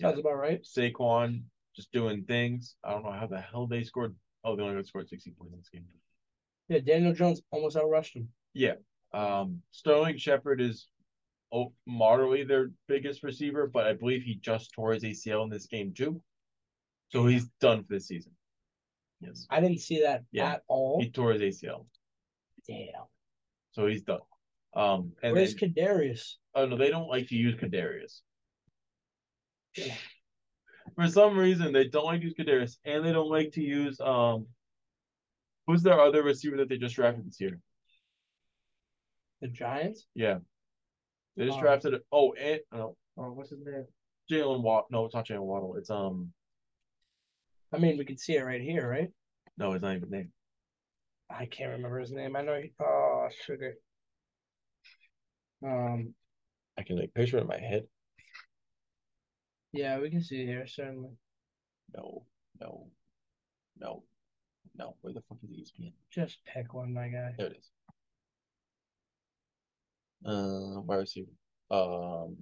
A: sounds about right.
B: Saquon just doing things. I don't know how the hell they scored. Oh, they only got scored 60 points in this game.
A: Yeah, Daniel Jones almost outrushed him.
B: Um, Sterling Shepard is oh, moderately their biggest receiver, but I believe he just tore his ACL in this game too. So he's done for this season. Yes,
A: I didn't see that
B: Yeah.
A: at all.
B: he tore his ACL,
A: Damn.
B: so he's done. Um, and
A: Where's
B: then,
A: Kadarius?
B: oh no, they don't like to use Kadarius.
A: Yeah.
B: For some reason, they don't like to use Kadarius, and they don't like to use um. Who's their other receiver that they just drafted this year?
A: The Giants?
B: Yeah, they just
A: Um,
B: drafted. Oh, and oh, oh, what's his name? Jalen Waddle. No, it's not Jalen Waddle. It's um.
A: I mean, we can see it right here, right?
B: No, it's not even named.
A: I can't remember his name. I know. He, oh, sugar. Um.
B: I can like picture it in my head.
A: Yeah, we can see it here certainly.
B: No, no, no, no. Where the fuck is ESPN?
A: Just pick one, my guy.
B: There it is. Uh, wide receiver. Um,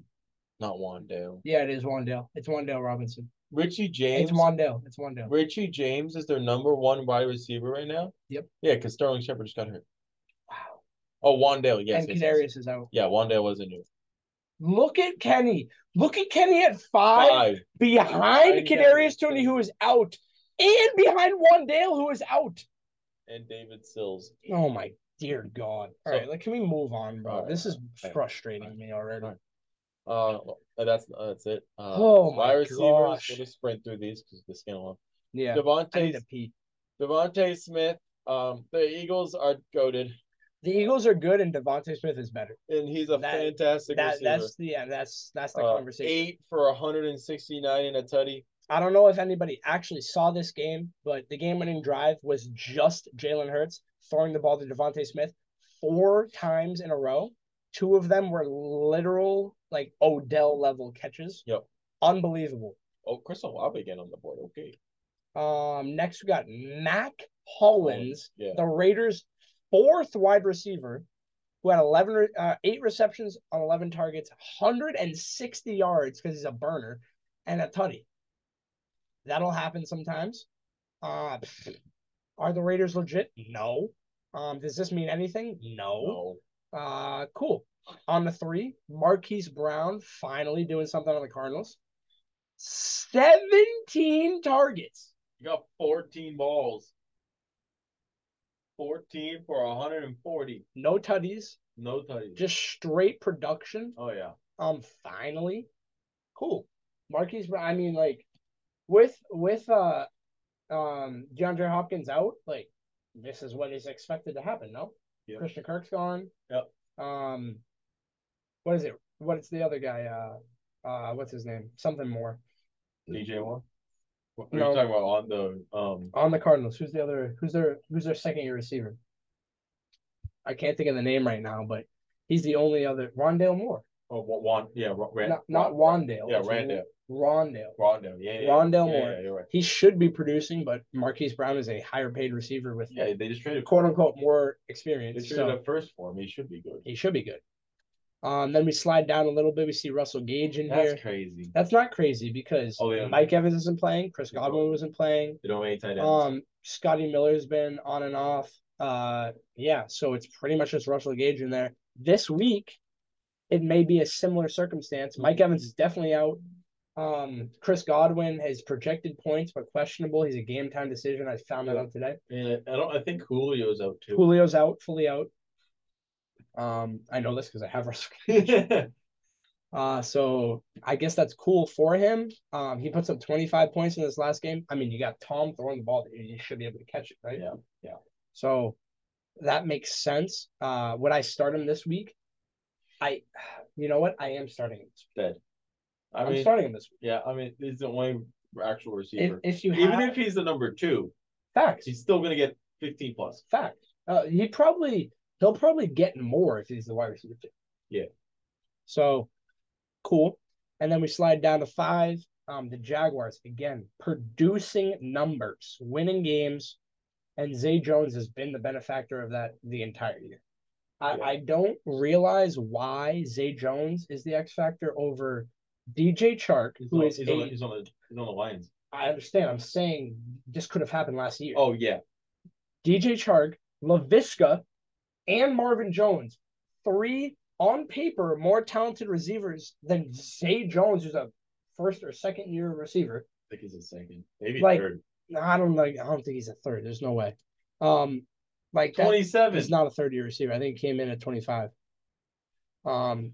B: not Wandale.
A: Yeah, it is Wandale. It's Wandale Robinson.
B: Richie James.
A: It's Wandale. It's Wandale.
B: Richie James is their number one wide receiver right now.
A: Yep.
B: Yeah, because Sterling Shepard just got hurt.
A: Wow.
B: Oh, Wandale. Yes.
A: and
B: yes, yes.
A: Kadarius is out.
B: Yeah, Wandale was a new
A: Look at Kenny. Look at Kenny at five,
B: five. I know.
A: behind Kadarius Tony, who is out, and behind Wandale, who is out.
B: And David Sills.
A: Oh my dear God! All right,
B: So-
A: like, can we move on, bro?
B: All right,
A: this is
B: right,
A: frustrating
B: right.
A: me already.
B: All right. Uh, that's uh, that's it. Uh,
A: Oh my
B: wide receivers.
A: gosh.
B: We'll just sprint through these because the skin alone.
A: Yeah, I need
B: Devontae
A: to pee.
B: Devontae Smith, um, the Eagles are goaded,
A: The Eagles are good, and Devontae Smith is better.
B: and he's a
A: That-
B: fantastic
A: That
B: receiver.
A: that's the yeah, that's that's the
B: Uh,
A: conversation.
B: Eight for 169 in a tutty.
A: I don't know if anybody actually saw this game, but the game winning drive was just Jalen Hurts throwing the ball to Devontae Smith four times in a row. Two of them were literal, like Odell level catches.
B: Yep.
A: Unbelievable.
B: Oh, Chris Olave again on the board. Okay.
A: Um, next we got Mac Hollins,
B: Yeah.
A: the Raiders' fourth wide receiver, who had 11, re- uh, eight receptions on 11 targets, 160 yards because he's a burner, and a tutty. That'll happen sometimes. Uh, pfft. are the Raiders legit? No. Um, does this mean anything? No.
B: No.
A: Uh, cool. On the three, Marquise Brown finally doing something on the Cardinals. 17 targets.
B: You got 14 balls. 14 for 140.
A: no tutties,
B: No tutties.
A: just straight production.
B: oh yeah.
A: Um, finally, cool. Marquise, Brown- I mean, like with with uh um DeAndre Hopkins out, like this is what is expected to happen. No,
B: Yep.
A: Christian Kirk's gone.
B: Yep.
A: Um, what is it? What's the other guy? Uh, uh, what's his name? Something more
B: DJ one. What are
A: No.
B: you talking about on the um?
A: on the Cardinals. Who's the other? Who's their Who's their second year receiver? I can't think of the name right now, but he's the only other. Rondale Moore.
B: Oh, Wan. Yeah, Ra- Rand.
A: not not Rondale.
B: Yeah,
A: it's
B: Randall.
A: Rondale.
B: Rondell. Yeah. yeah,
A: Rondell
B: yeah,
A: Moore.
B: Yeah, you're right.
A: He should be producing, but Marquise Brown is a higher paid receiver with
B: Yeah, they just traded.
A: quote unquote more
B: They
A: experience.
B: traded
A: So
B: up first for him. He should be good.
A: he should be good. Um, then we slide down a little bit. We see Russell Gage in
B: That's
A: here.
B: crazy.
A: That's not crazy because
B: Oh, yeah.
A: Mike Evans isn't playing. Chris Godwin wasn't playing.
B: They don't have any tight ends.
A: Um, Scotty Miller's been on and off. Uh, yeah, so it's pretty much just Russell Gage in there. This week, it may be a similar circumstance. Mike Evans is definitely out. Um, Chris Godwin has projected points, but questionable. He's a game time decision. I found that out today.
B: and I don't. I think Julio's out too.
A: Julio's out, fully out. Um, I know this because I have Russell. Uh, so I guess that's cool for him. Um, he puts up 25 points in this last game. I mean, you got Tom throwing the ball, you should be able to catch it, right?
B: Yeah, yeah.
A: So that makes sense. Uh, would I start him this week? I, you know what? I am starting him.
B: Dead. I
A: I'm
B: mean,
A: starting him this week.
B: yeah, I mean, he's the only actual
A: If,
B: receiver.
A: if you
B: Even
A: have
B: if he's the number two,
A: facts,
B: he's still gonna get 15 plus.
A: fact, uh, he probably he'll probably get more if he's the wide receiver. too.
B: Yeah.
A: So cool. And then we slide down to five. Um, the Jaguars again producing numbers, winning games, and Zay Jones has been the benefactor of that the entire year. I,
B: Yeah.
A: I don't realize why Zay Jones is the X factor over DJ Chark,
B: He's,
A: who
B: on,
A: is
B: he's, on, the-
A: a-
B: he's on the he's on the Lions.
A: I understand. I'm saying this could have happened last year.
B: Oh yeah,
A: DJ Chark, LaVisca, and Marvin Jones, three on paper more talented receivers than Zay Jones, who's a first or second year receiver.
B: I think he's in second, maybe
A: Like,
B: third.
A: I don't like. I don't think he's a third. There's no way. Um, like that
B: 27.
A: is not a third year receiver. I think he came in at 25. Um,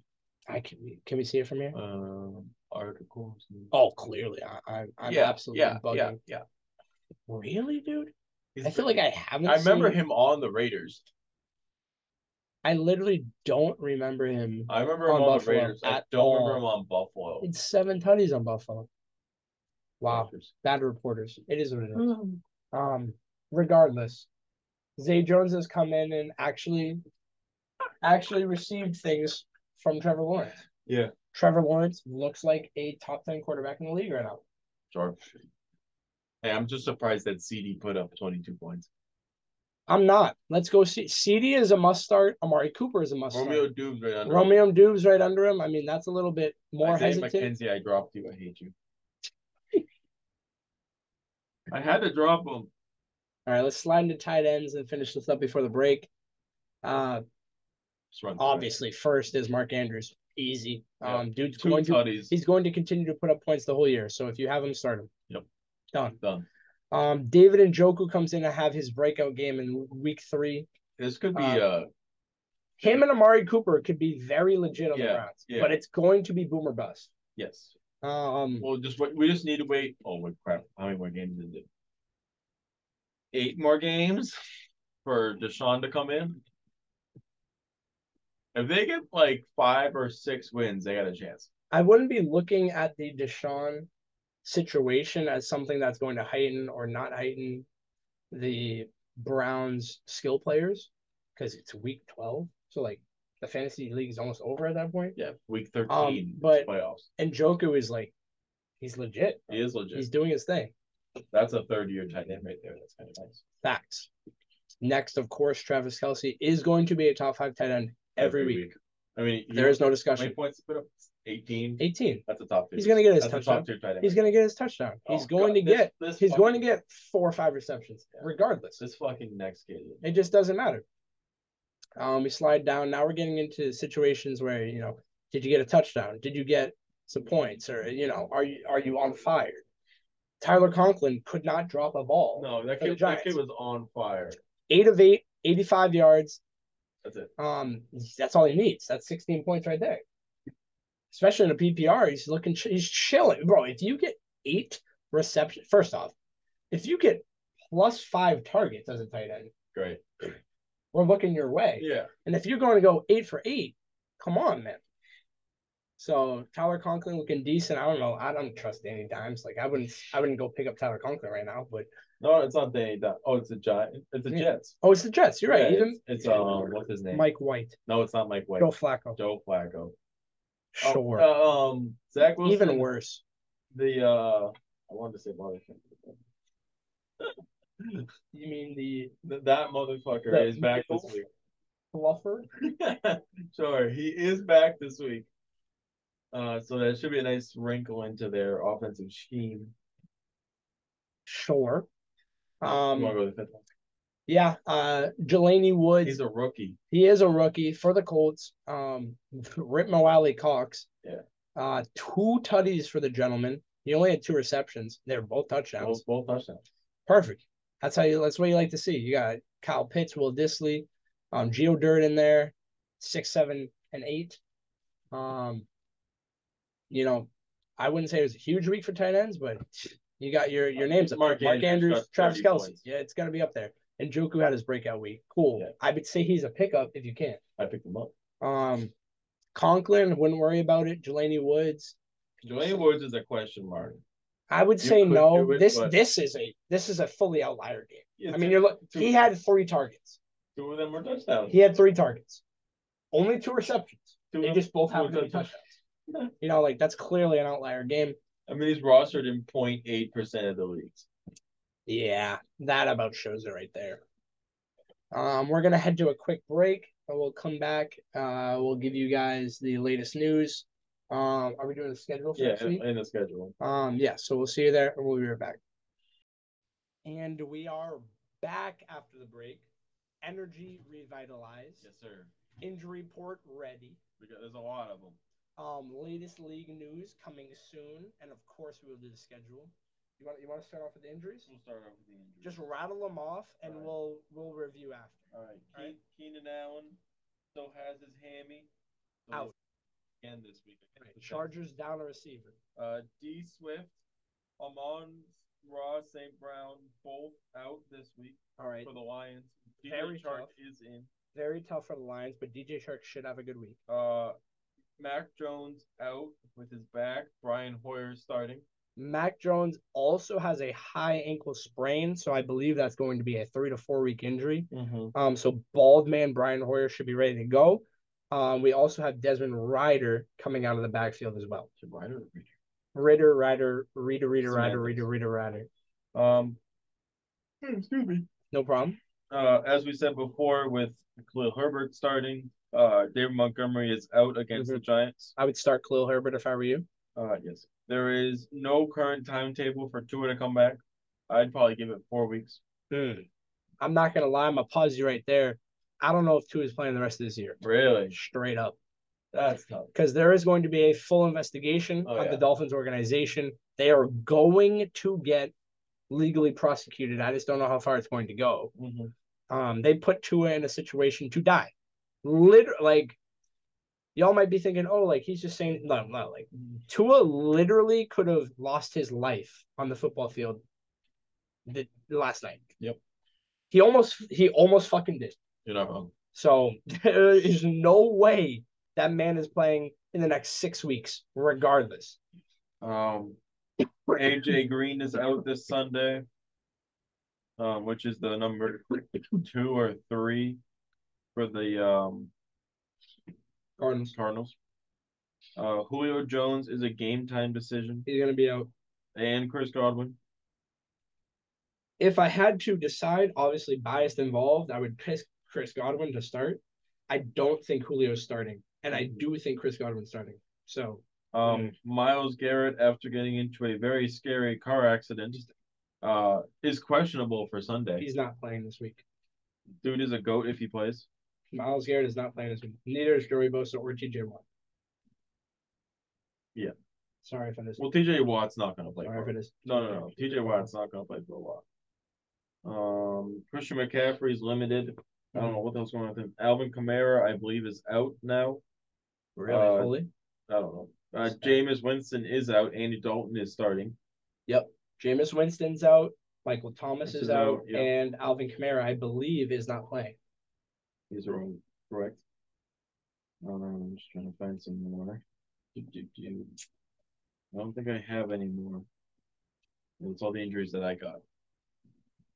A: I can can we see it from here?
B: um, articles.
A: Oh, clearly, I, I I'm absolutely bugging.
B: yeah, yeah.
A: Really, dude?
B: He's
A: I feel
B: pretty-
A: like I haven't.
B: I remember
A: seen-
B: him on the Raiders.
A: I literally don't remember him
B: I remember him
A: On
B: on, the
A: Buffalo
B: Raiders. I
A: at
B: don't
A: all.
B: remember him on Buffalo.
A: It's seven tutties on Buffalo. Wow, bad reporters. It is what it
B: Mm.
A: is. Um, regardless, Zay Jones has come in and actually, actually received things from Trevor Lawrence.
B: Yeah.
A: Trevor Lawrence looks like a top ten quarterback in the league right now.
B: Sorry. Hey, I'm just surprised that CD put up 22 points.
A: I'm not. Let's go see. CD is a must start. Amari Cooper is a must
B: Romeo
A: start.
B: Dubes right under. him.
A: Romeo Dubes right under him. I mean, that's a little bit more
B: Isaiah
A: hesitant.
B: McKenzie, I dropped you. I hate you. I had to drop him.
A: All right, let's slide into tight ends and finish this up before the break. Uh,
B: Just run through it.
A: obviously first is Mark Andrews. Easy.
B: Yeah.
A: Um, dude's
B: Two
A: going to,
B: tutties.
A: he's going to continue to put up points the whole year. So if you have him, start him.
B: Yep.
A: Done.
B: Done.
A: Um, David and Joku comes in to have his breakout game in week three.
B: This could be
A: Uh,
B: uh
A: Him and Amari Cooper could be very legit on the
B: Yeah,
A: Browns,
B: yeah.
A: but it's going to be boomer bust.
B: yes.
A: Um,
B: Well, just wait- we just need to wait. Oh my crap! How many more games is it? Eight more games for Deshaun to come in. If they get like five or six wins, they got a chance.
A: I wouldn't be looking at the Deshaun situation as something that's going to heighten or not heighten the Browns skill players because it's week 12. So, like, the fantasy league is almost over at that point.
B: Yeah, week thirteen it's
A: Um, but-
B: playoffs.
A: And Joku is like, he's legit.
B: He is legit.
A: He's doing his thing.
B: That's a third year tight end right there. That's kind of nice.
A: Facts. Next, of course, Travis Kelsey is going to be a top five tight end every, week.
B: I mean, you
A: There is no
B: how many
A: discussion.
B: points he put up? Eighteen.
A: 18.
B: That's a top.
A: He's
B: tier.
A: gonna get his
B: That's a
A: touchdown.
B: top tier tight end.
A: He's going to get his touchdown.
B: Oh,
A: He's going
B: God,
A: to
B: this-
A: get.
B: This
A: He's going to
B: fucking-
A: get four or five receptions, regardless.
B: this fucking next game.
A: It just doesn't matter. Um, we slide down. Now we're getting into situations where you know, did you get a touchdown? Did you get some points? Or you know, are you are you on fire? Tyler Conklin could not drop a ball.
B: No, that
A: For the
B: kid, that
A: Giants.
B: kid was on fire.
A: Eight of eight, 85 yards.
B: That's it.
A: Um, that's all he needs. That's 16 points right there. Especially in a PPR, he's looking, ch- he's chilling, bro. If you get eight reception, first off, if you get plus five targets as a tight end,
B: Great.
A: we're looking your way.
B: Yeah.
A: And if you're going to go eight for eight, come on, man. So Tyler Conklin looking decent. I don't know. I don't trust Danny Dimes. Like I wouldn't. I wouldn't go pick up Tyler Conklin right now. But
B: No, it's not Danny. Di- oh, it's the Giant. It's the
A: Yeah.
B: Jets.
A: oh, it's the Jets. You're right.
B: Yeah,
A: Even
B: it's, it's um, what's his name?
A: Mike White,
B: No, it's not Mike White.
A: Joe Flacco.
B: Joe Flacco. Oh,
A: Sure.
B: uh, um, Zach Wilson.
A: Even worse.
B: the uh, I wanted to say motherfucker.
A: You mean the
B: Th- that motherfucker
A: The-
B: is back this
A: fluffer?
B: week. Sorry, he is back this week. Uh, so that should be a nice wrinkle into their offensive scheme.
A: Sure.
B: you
A: Um.
B: want to go to the fifth one?
A: Yeah. Uh. Jelani Woods.
B: He's a rookie.
A: He is a rookie for the Colts. Um, Rip Mowally Cox.
B: Yeah.
A: Uh, two tutties for the gentleman. He only had two receptions. They're both
B: Both,
A: touchdowns.
B: both touchdowns.
A: Perfect. That's how you. That's what you like to see. You got Kyle Pitts, Will Disley, um, Geo Dirt in there, six, seven, and eight. Um, you know, I wouldn't say it was a huge week for tight ends, but you got your your names up.
B: Mark
A: Mark, Mark
B: Andrews
A: Andrews,
B: got
A: Travis
B: 30
A: Kelsey.
B: points.
A: Yeah, it's gonna be up there. And Joku had his breakout week. Cool.
B: Yeah.
A: I would say he's a pickup if you can.
B: I picked him up.
A: Um, Conklin, wouldn't worry about it. Jelani Woods,
B: Julian Woods is a question mark.
A: I would
B: You
A: say
B: could
A: no.
B: do it,
A: this
B: but-
A: this is a this is a fully outlier game.
B: Yeah,
A: I mean,
B: two-
A: you're look.
B: two-
A: He had three targets.
B: two of them were touchdowns.
A: He had three targets. Only two receptions.
B: Two
A: They
B: of-
A: just both
B: two
A: happened to be
B: touchdowns.
A: touchdowns. You know, like that's clearly an outlier game.
B: I mean, he's rostered in 0.8 percent of the leagues.
A: Yeah, that about shows it right there. Um, we're gonna head to a quick break, and we'll come back. Uh, we'll give you guys the latest news. Um, are we doing the schedule for
B: Yeah,
A: next week?
B: in the schedule.
A: Um, yeah, so we'll see you there and we'll be right back. And we are back after the break. Energy revitalized,
B: Yes, sir.
A: injury report ready.
B: We got, there's a lot of them.
A: Um, latest league news coming soon, and of course we will do the schedule. You want you want to start off with the injuries?
B: We'll start off with the injuries.
A: Just rattle them off, and
B: Alright.
A: we'll we'll review after.
B: all right.
A: All right.
B: Ke- Keenan Allen still has his hammy. So
A: Out.
B: he's Again this week. against the
A: Chargers down a receiver.
B: Uh, D Swift, Amon Ross, St. Brown, both out this week
A: All right,
B: for the Lions. DJ
A: Very
B: Chark
A: tough.
B: is in.
A: very tough for the Lions, but DJ Shark should have a good week.
B: Uh, Mac Jones out with his back. Brian Hoyer is starting.
A: Mac Jones also has a high ankle sprain, so I believe that's going to be a three to four week injury.
B: Mm-hmm.
A: Um, so bald man Brian Hoyer should be ready to go. Um, we also have Desmond Ryder coming out of the backfield as well.
B: Should Ryder be
A: Ritter, Ryder, Reader, Reader, Ryder, Reader,
B: Semantics.
A: Reader, Ryder.
B: Um, hmm, excuse me.
A: No problem.
B: Uh, as we said before, with Khalil Herbert starting, uh, David Montgomery is out against the Giants.
A: I would start Khalil Herbert if I were you.
B: Mm-hmm. Uh, yes, there is no current timetable for Tua to come back. I'd probably give it four weeks.
A: Hmm. I'm not gonna lie, I'm gonna pause you right there. I don't know if two is playing the rest of this year.
B: Really?
A: Straight up.
B: That's tough.
A: Because there is going to be a full investigation
B: Oh,
A: of
B: yeah.
A: the Dolphins organization. They are going to get legally prosecuted. I just don't know how far it's going to go.
B: Mm-hmm.
A: Um, they put Tua in a situation to die. Liter like y'all might be thinking, oh, like he's just saying no, no, like Tua literally could have lost his life on the football field the, last night.
B: Yep.
A: He almost he almost fucking did.
B: You're not wrong.
A: So there is no way that man is playing in the next six weeks, regardless.
B: Um, AJ Green is out this Sunday, um, which is the number two or three for the um
A: Gardens.
B: Cardinals. Uh, Julio Jones is a game time decision,
A: He's gonna be out.
B: and Chris Godwin.
A: if I had to decide, obviously biased involved, I would pick Chris Godwin to start. I don't think Julio's starting, and I
B: Mm-hmm.
A: do think Chris Godwin's starting. So
B: Um, Miles Garrett, after getting into a very scary car accident, uh, is questionable for Sunday.
A: he's not playing this week.
B: Dude is a goat if he plays.
A: Miles Garrett is not playing this week. Neither is Joey Bosa or TJ Watt.
B: Yeah.
A: Sorry for this.
B: Well, TJ Watt's not going to play.
A: Sorry
B: for
A: for this.
B: No, no, no. TJ Watt's not going to play for a while. Um, Christian McCaffrey's limited. I don't know what the hell's going on with him. Alvin Kamara, I believe, is out now.
A: Really?
B: Uh,
A: fully?
B: I don't know. Uh, Jameis Winston is out. Andy Dalton is starting.
A: Jameis Winston's out. Michael Thomas
B: This
A: is
B: is
A: out,
B: out, yeah.
A: and Alvin Kamara, I believe, is not playing.
B: He's wrong. Correct. Um, I'm just trying to find some more. Do, do, do. I don't think I have any more. It's all the injuries that I got.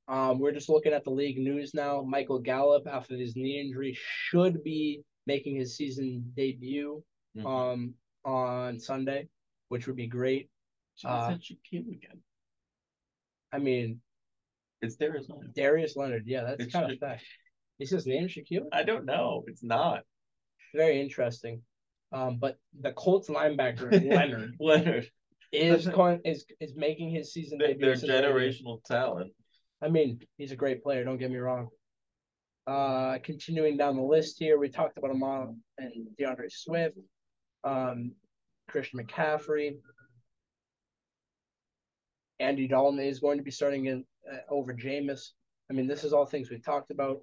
A: Um, we're just looking at the league news now. Michael Gallup, after his knee injury, should be making his season debut
B: Mhm.
A: um on Sunday, which would be great.
B: Jeez,
A: uh,
B: that should kill again.
A: I mean,
B: It's there as well.
A: Darius Leonard, yeah, that's
B: It's
A: kind of
B: Sha-
A: fact. Is his name Shaquille?
B: I don't know. It's not.
A: Very interesting. Um, but the Colts linebacker Leonard
B: Leonard.
A: is going is is making his season
B: They-
A: debut.
B: They're
A: in Cincinnati.
B: generational talent.
A: I mean, he's a great player. Don't get me wrong. Uh, continuing down the list here, we talked about Amon and DeAndre Swift, um, Christian McCaffrey. Andy Dalton is going to be starting in uh, over Jameis. I mean, this is all things we've talked about.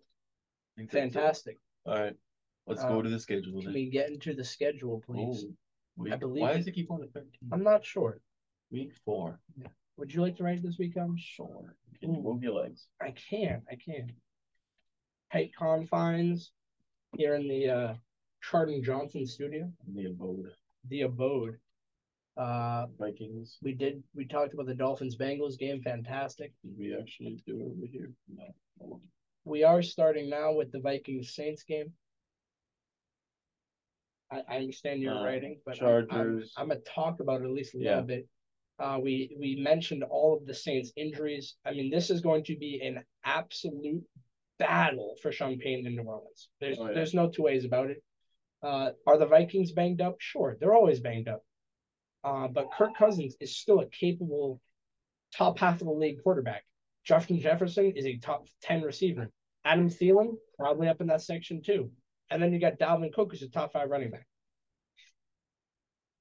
A: Fantastic.
B: All right. Let's
A: Uh,
B: go to the schedule
A: Can
B: then.
A: we get into the schedule, please?
B: Oh, week-
A: I believe
B: why
A: it-
B: does it keep on at 13?
A: I'm not sure.
B: Week four.
A: Would you like to write this week, um?
B: Sure. Can you move your legs?
A: I can, I can. Tight confines here in the uh, Chardon Johnson studio.
B: In the abode.
A: the abode. Uh,
B: Vikings.
A: we did. We talked about the Dolphins Bengals game. Fantastic.
B: Did we actually do it over here? No. Hold on.
A: We are starting now with the Vikings Saints game. I, I understand your
B: Uh,
A: writing, but I'm-
B: Chargers.
A: I'm, I'm gonna talk about it at least a
B: Yeah.
A: little bit. Uh, we we mentioned all of the Saints injuries. I mean, this is going to be an absolute battle for Champagne in New Orleans. There's
B: Oh, yeah.
A: there's no two ways about it. Uh, are the Vikings banged up? Sure, they're always banged up. Uh, but Kirk Cousins is still a capable top half of the league quarterback. Justin Jefferson is a top 10 receiver. Adam Thielen, probably up in that section too. And then you got Dalvin Cook, who's a top five running back.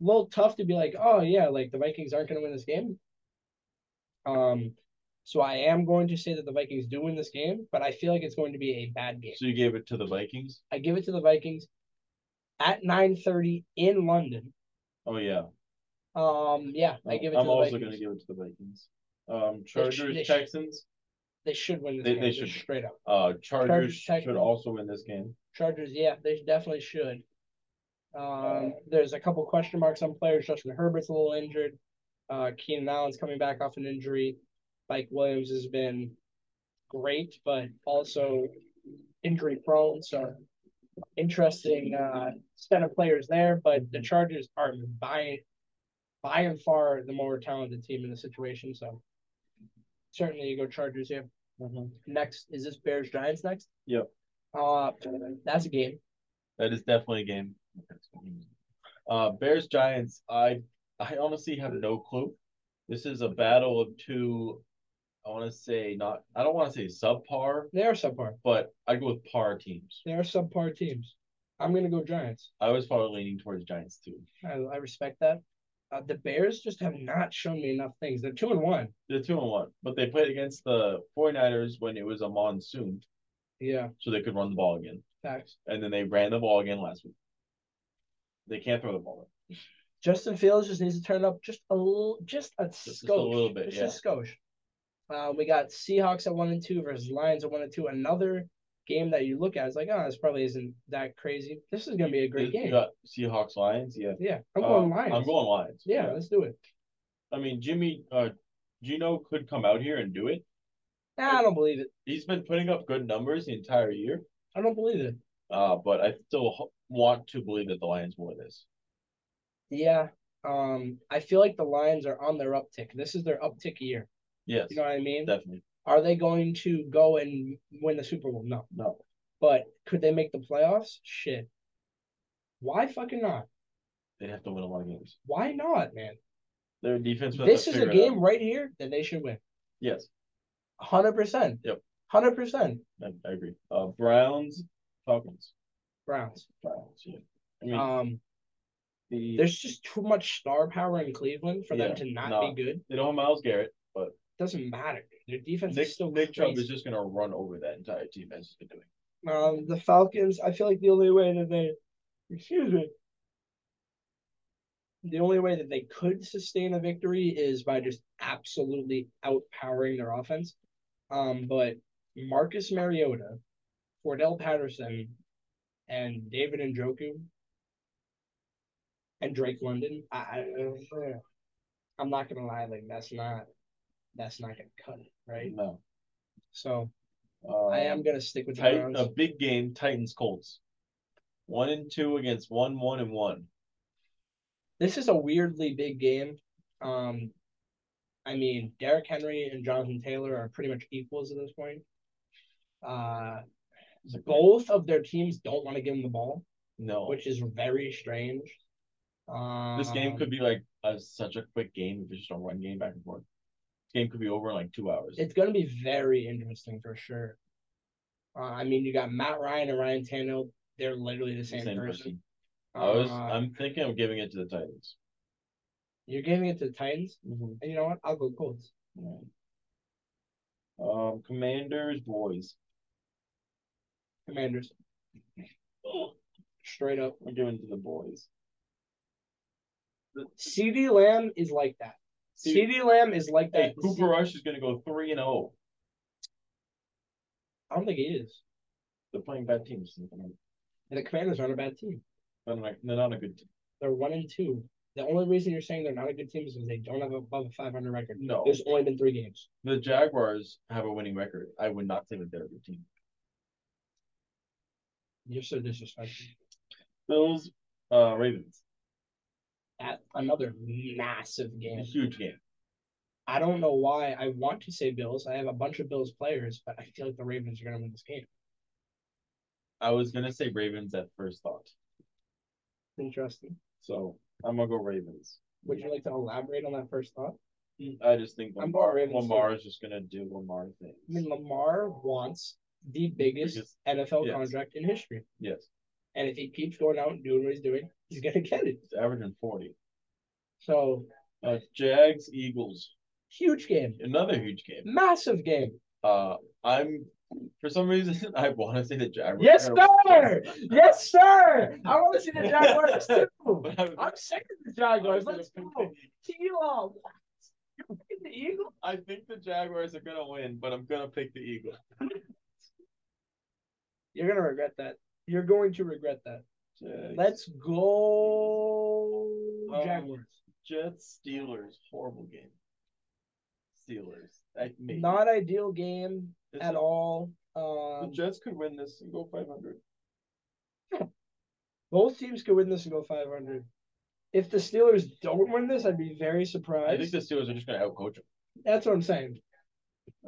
A: A little tough to be like, oh, yeah, like the Vikings aren't going to win this game. Um, so I am going to say that the Vikings do win this game, but I feel like it's going to be a bad game.
B: So you gave it to the Vikings?
A: I give it to the Vikings at 9:30 in London.
B: Oh yeah.
A: Um, yeah, I give it to
B: I'm
A: the
B: also
A: Vikings.
B: gonna give it to the Vikings. Um
A: They sh-
B: Chargers,
A: they sh-
B: Texans.
A: They should win this
B: They-
A: game.
B: they
A: just
B: should.
A: straight up.
B: Uh Chargers,
A: Chargers, Texans.
B: should also win this game.
A: Chargers, yeah, they definitely should. Um, there's a couple question marks on players. Justin Herbert's a little injured. Uh, Keenan Allen's coming back off an injury. Mike Williams has been great, but also injury prone. So interesting uh, set of players there. But the Chargers are by by and far the more talented team in the situation. So certainly you go Chargers here. Next is this Bears Giants next.
B: Yep.
A: Uh, that's a game.
B: That is definitely a game. Uh Bears Giants, I I honestly have no clue. This is a battle of two I wanna say not I don't wanna say subpar,
A: They are subpar.
B: but I go with par teams.
A: They are subpar teams. I'm gonna go Giants.
B: I was probably leaning towards Giants too.
A: I, I respect that. Uh, the Bears just have not shown me enough things. They're two and one.
B: They're two and one. But they played against the 49ers when it was a monsoon,
A: Yeah,
B: so they could run the ball again.
A: facts.
B: And then they ran the ball again last week. They can't throw the ball.
A: Justin Fields just needs to turn it up just a little, just a
B: just a
A: skosh,
B: little bit,
A: just a skosh. Uh, we got Seahawks at one and two versus Lions at one and two. Another game that you look at, it's like, oh, this probably isn't that crazy. This is gonna be a great
B: You
A: game.
B: got Seahawks Lions, yeah.
A: Yeah, I'm
B: Uh,
A: going Lions.
B: I'm going Lions.
A: yeah, let's do it.
B: I mean, Jimmy uh Gino could come out here and do it.
A: Nah, I don't believe it.
B: He's been putting up good numbers the entire year.
A: I don't believe it.
B: Uh, but I still ho- want to believe that the Lions won this.
A: Yeah. Um, I feel like the Lions are on their uptick. This is their uptick year.
B: Yes,
A: You know what I mean?
B: definitely.
A: Are they going to go and win the Super Bowl? No.
B: No.
A: But could they make the playoffs? Shit. Why fucking not?
B: They have to win a lot of games.
A: Why not, man?
B: Their defense will have to
A: This is a
B: figure it out.
A: game right here that they should win.
B: Yes,
A: 100%.
B: Yep.
A: 100%
B: I, I agree. Uh Browns, Falcons.
A: Browns.
B: Browns, yeah. I mean,
A: Um,
B: the,
A: there's just too much star power in Cleveland for
B: Yeah,
A: them to not
B: no.
A: be good.
B: they don't have Miles Garrett, but
A: Doesn't matter. Their defense
B: Nick,
A: is still
B: Nick Chubb
A: crazy.
B: is just going to run over that entire team as he's been doing.
A: Um, the Falcons, I feel like the only way that they, excuse me, the only way that they could sustain a victory is by just absolutely outpowering their offense. Um, but Marcus Mariota, Cordell Patterson, and David Njoku, and Drake London, I, I, I- I'm not gonna lie, like that's not, that's not gonna cut it, right?
B: No.
A: So
B: Uh,
A: I am gonna stick with the
B: Titan,
A: Browns.
B: a big game, Titans Colts. One and two against one, one and one.
A: this is a weirdly big game. Um, I mean, Derrick Henry and Jonathan Taylor are pretty much equals at this point. Uh,
B: It's a goal.
A: both of their teams don't want to give him the ball,
B: No.
A: which is very strange. Um,
B: this game could be like a, such a quick game if it's just a run game back and forth. This game could be over in like two hours.
A: Um, It's going to be very interesting for sure. Uh, I mean, you got Matt Ryan and Ryan Tannehill. They're literally the
B: It's the
A: same, person.
B: I was,
A: Uh,
B: I'm thinking of giving it to the Titans.
A: You're giving it to the Titans, and you know what? I'll go Colts.
B: Right. Um, Commanders, boys.
A: Commanders,
B: Oh.
A: straight up.
B: We're giving it to the boys.
A: CD Lamb is like that. CD Lamb is like that.
B: Hey, Cooper Rush is going to go three and oh. zero.
A: I don't think he is.
B: They're playing bad teams. They're
A: And the Commanders aren't a bad team.
B: not, they're not a good team.
A: They're one and two. The only reason you're saying they're not a good team is because they don't have above a 500 record.
B: No.
A: There's only been three games.
B: The Jaguars have a winning record. I would not say that they're a good team.
A: You're so disrespectful.
B: Bills, uh, Ravens,
A: At another massive
B: a
A: game.
B: huge game.
A: I don't know why I want to say Bills. I have a bunch of Bills players, but I feel like the Ravens are going to win this game.
B: I was gonna say Ravens at first thought,
A: Interesting.
B: so I'm gonna go Ravens.
A: Would you like to elaborate on that first thought?
B: I just think
A: I'm
B: Lamar,
A: going Ravens, too.
B: Lamar is just gonna do Lamar things.
A: I mean, Lamar wants the biggest
B: Biggest-
A: NFL
B: yes.
A: contract in history.
B: Yes,
A: And if he keeps going out and doing what he's doing, he's going to get it.
B: it's averaging forty.
A: So,
B: Uh, Jags, Eagles,
A: huge game.
B: another huge game.
A: Massive game.
B: Uh, I'm for some reason I want to say the Jaguars.
A: Yes,
B: are gonna
A: sir.
B: win.
A: Yes, sir. I want to see the Jaguars too.
B: But I'm-
A: I'm sick of the Jaguars.
B: I'm
A: Let's
B: gonna
A: go.
B: pick
A: T-Law. What? You're picking the Eagles?
B: the- I think the Jaguars are gonna win, but I'm gonna pick the Eagles.
A: You're going to regret that. You're going to regret that.
B: Jags,
A: Let's go.
B: Um,
A: Jaguars.
B: Jets, Steelers, horrible game. Steelers, I, maybe.
A: Not ideal game
B: This-
A: at all.
B: The
A: Um,
B: Jets could win this and go 500.
A: both teams could win this and go 500. If the Steelers don't win this, I'd be very
B: I think
A: surprised.
B: the Steelers are just gonna outcoach them.
A: That's what I'm saying.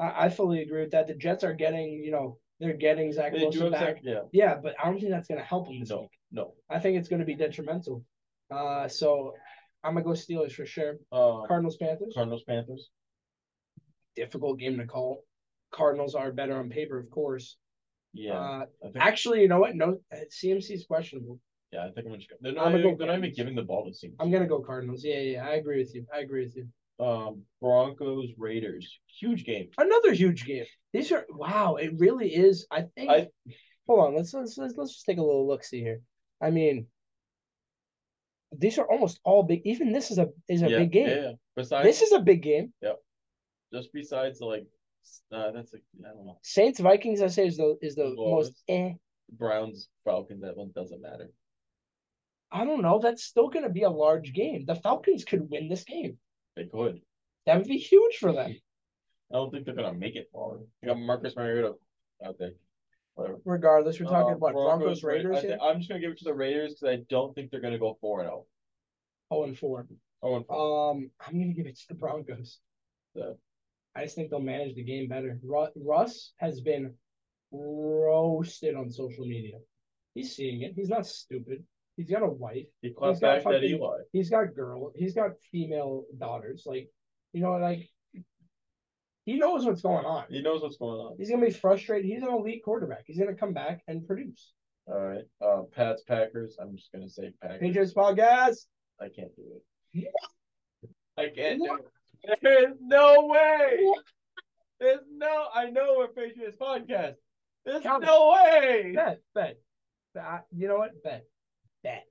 A: I, I fully agree with that. The Jets are getting, you know, they're getting Zach
B: They do
A: Wilson
B: have
A: back.
B: Zach- yeah,
A: Yeah, but I don't think that's going to help them this
B: No.
A: week.
B: no.
A: I think it's going to be detrimental. Uh, so I'm gonna go Steelers for sure.
B: Um,
A: Cardinals Panthers.
B: Cardinals, Panthers.
A: Difficult game to call. Cardinals are better on paper, of course.
B: Yeah,
A: Uh,
B: I think,
A: actually, you know what? No, uh, CMC's questionable.
B: yeah, I think I'm just. gonna- They're
A: I'm
B: not.
A: gonna
B: Even,
A: go
B: they're not even
A: Cardinals.
B: giving the ball to Steelers.
A: I'm gonna go Cardinals. Yeah, yeah, I agree with you. I agree with you.
B: Um, Broncos, Raiders, huge game.
A: Another huge game. These are wow. It really is. I think.
B: I-
A: hold on. Let's let's let's, let's just take a little look see here. I mean, these are almost all big. Even this is a is a
B: yeah,
A: big game.
B: Yeah. Besides,
A: This is a big game.
B: just besides the like, s- uh, that's like I don't know.
A: Saints Vikings. I say is the is the
B: Lowest.
A: most. Eh.
B: Browns, Falcons. That one doesn't matter.
A: I don't know. That's still gonna be a large game. The Falcons could win this game.
B: They could.
A: That would be huge for them.
B: I don't think they're gonna make it far. You got Marcus Mariota out there. Whatever.
A: Regardless, we're talking
B: Uh,
A: what Broncos,
B: Ra-
A: Raiders.
B: I
A: here?
B: thi- I'm just gonna give it to the Raiders because I don't think they're gonna go four and zero.
A: Oh and four.
B: Oh, and four.
A: Um, I'm gonna give it to the Broncos.
B: So-
A: I just think they'll manage the game better. Ru- Russ has been roasted on social media. He's seeing it. He's not stupid. He's got a wife.
B: he
A: he's
B: clapped
A: got
B: back that
A: fucking-
B: Eli.
A: He's got girl. He's got female daughters. Like, you know, like he knows what's going on.
B: He knows what's going on.
A: He's gonna be frustrated. He's an elite quarterback. He's gonna come back and produce.
B: All right. Uh, Pats, Packers. I'm just gonna say Packers.
A: Patriots podcast.
B: I can't do it.
A: Yeah.
B: I can't do it. There's no way.
A: What?
B: There's no. I know we're Patriots podcast. There's
A: Count it.
B: no way.
A: Bet, bet. Bet. You know what? Bet. Bet.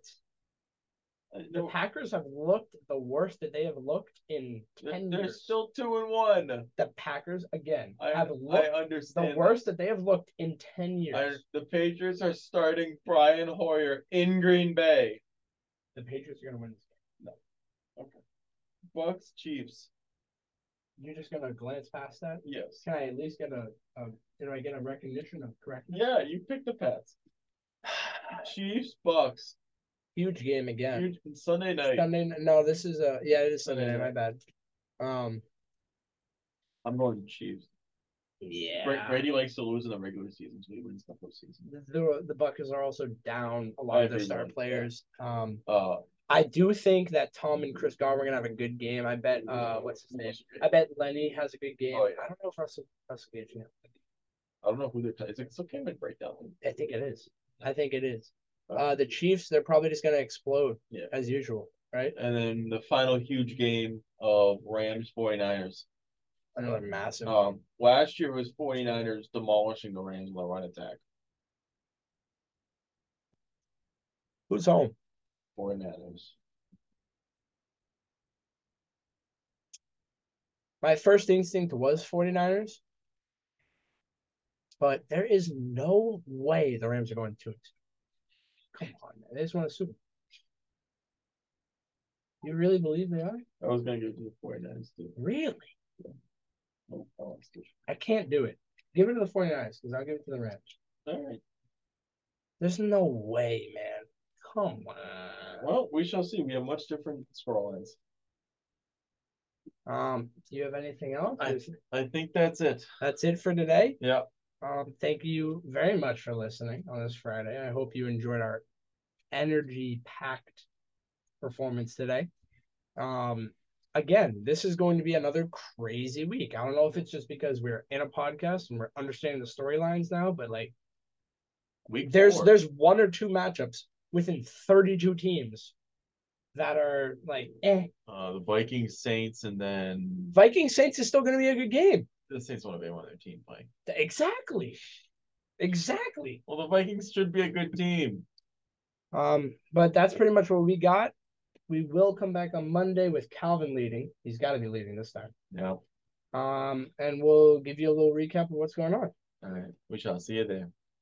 B: I
A: The
B: know.
A: Packers have looked the worst that they have looked in
B: They're-
A: 10
B: They're
A: years.
B: still two and one.
A: the Packers, again,
B: I,
A: have
B: I
A: looked
B: understand.
A: the
B: that.
A: worst that they have looked in 10 years.
B: I, the Patriots are starting Brian Hoyer in Green Bay.
A: the Patriots are going to win this
B: Bucks, Chiefs.
A: game. You're just going to glance past that?
B: Yes.
A: Can I at least get a, a did I get a recognition of correctness?
B: Yeah, you picked the Pats. Chiefs, Bucks.
A: Huge game again.
B: Huge- Sunday night.
A: Sunday, n- no, this is a yeah, it is Sunday.
B: Sunday
A: night, My bad. Um,
B: I'm going Chiefs.
A: yeah.
B: Bra- Brady likes to lose in the regular season, so he wins the postseason.
A: The the Buckers are also down a lot of their star
B: Everyone, yeah.
A: players. Um,
B: Uh,
A: I do think that Tom and Chris Godwin are gonna have a good game. I bet uh what's his name? I bet Lenny has a good game.
B: Oh, yeah.
A: I don't know if Russell Russell Gage. you know,
B: I don't know who they're. T- it's, it's okay with breakdown.
A: I think it is. I think it is. Uh the Chiefs, they're probably just gonna explode
B: Yeah.
A: as usual, right?
B: and then the final huge game of Rams 49ers.
A: Another massive
B: Um, last year was 49ers demolishing the Rams with a run attack.
A: who's home?
B: 49ers.
A: My first instinct was 49ers. But there is no way the Rams are going to it. Come on, man. They just won a Super Bowl. You really believe they are?
B: I was gonna give it to the 49ers too.
A: Really?
B: No, I lost it.
A: I can't do it. Give it to the 49ers because I'll give it to the Rams.
B: All right.
A: There's no way, man. Come on.
B: Well, we shall see. We have much different score lines.
A: Um, do you have anything else?
B: I- I think that's it.
A: That's it for today.
B: Yeah.
A: Um, thank you very much for listening on this Friday. I hope you enjoyed our energy packed performance today. Um, again, this is going to be another crazy week. I don't know if it's just because we're in a podcast and we're understanding the storylines now, but like
B: Week
A: there's
B: four.
A: there's one or two matchups within 32 teams that are like eh.
B: uh, the Vikings, Saints, and then
A: Viking Saints is still going to be a good game.
B: the Saints want to be one of their team playing.
A: Exactly. Exactly.
B: Well, the Vikings should be a good team.
A: Um, but that's pretty much what we got. We will come back on Monday with Calvin leading. He's got to be leading this time.
B: Yeah.
A: Um, and we'll give you a little recap of what's going on.
B: All right. We shall see you there.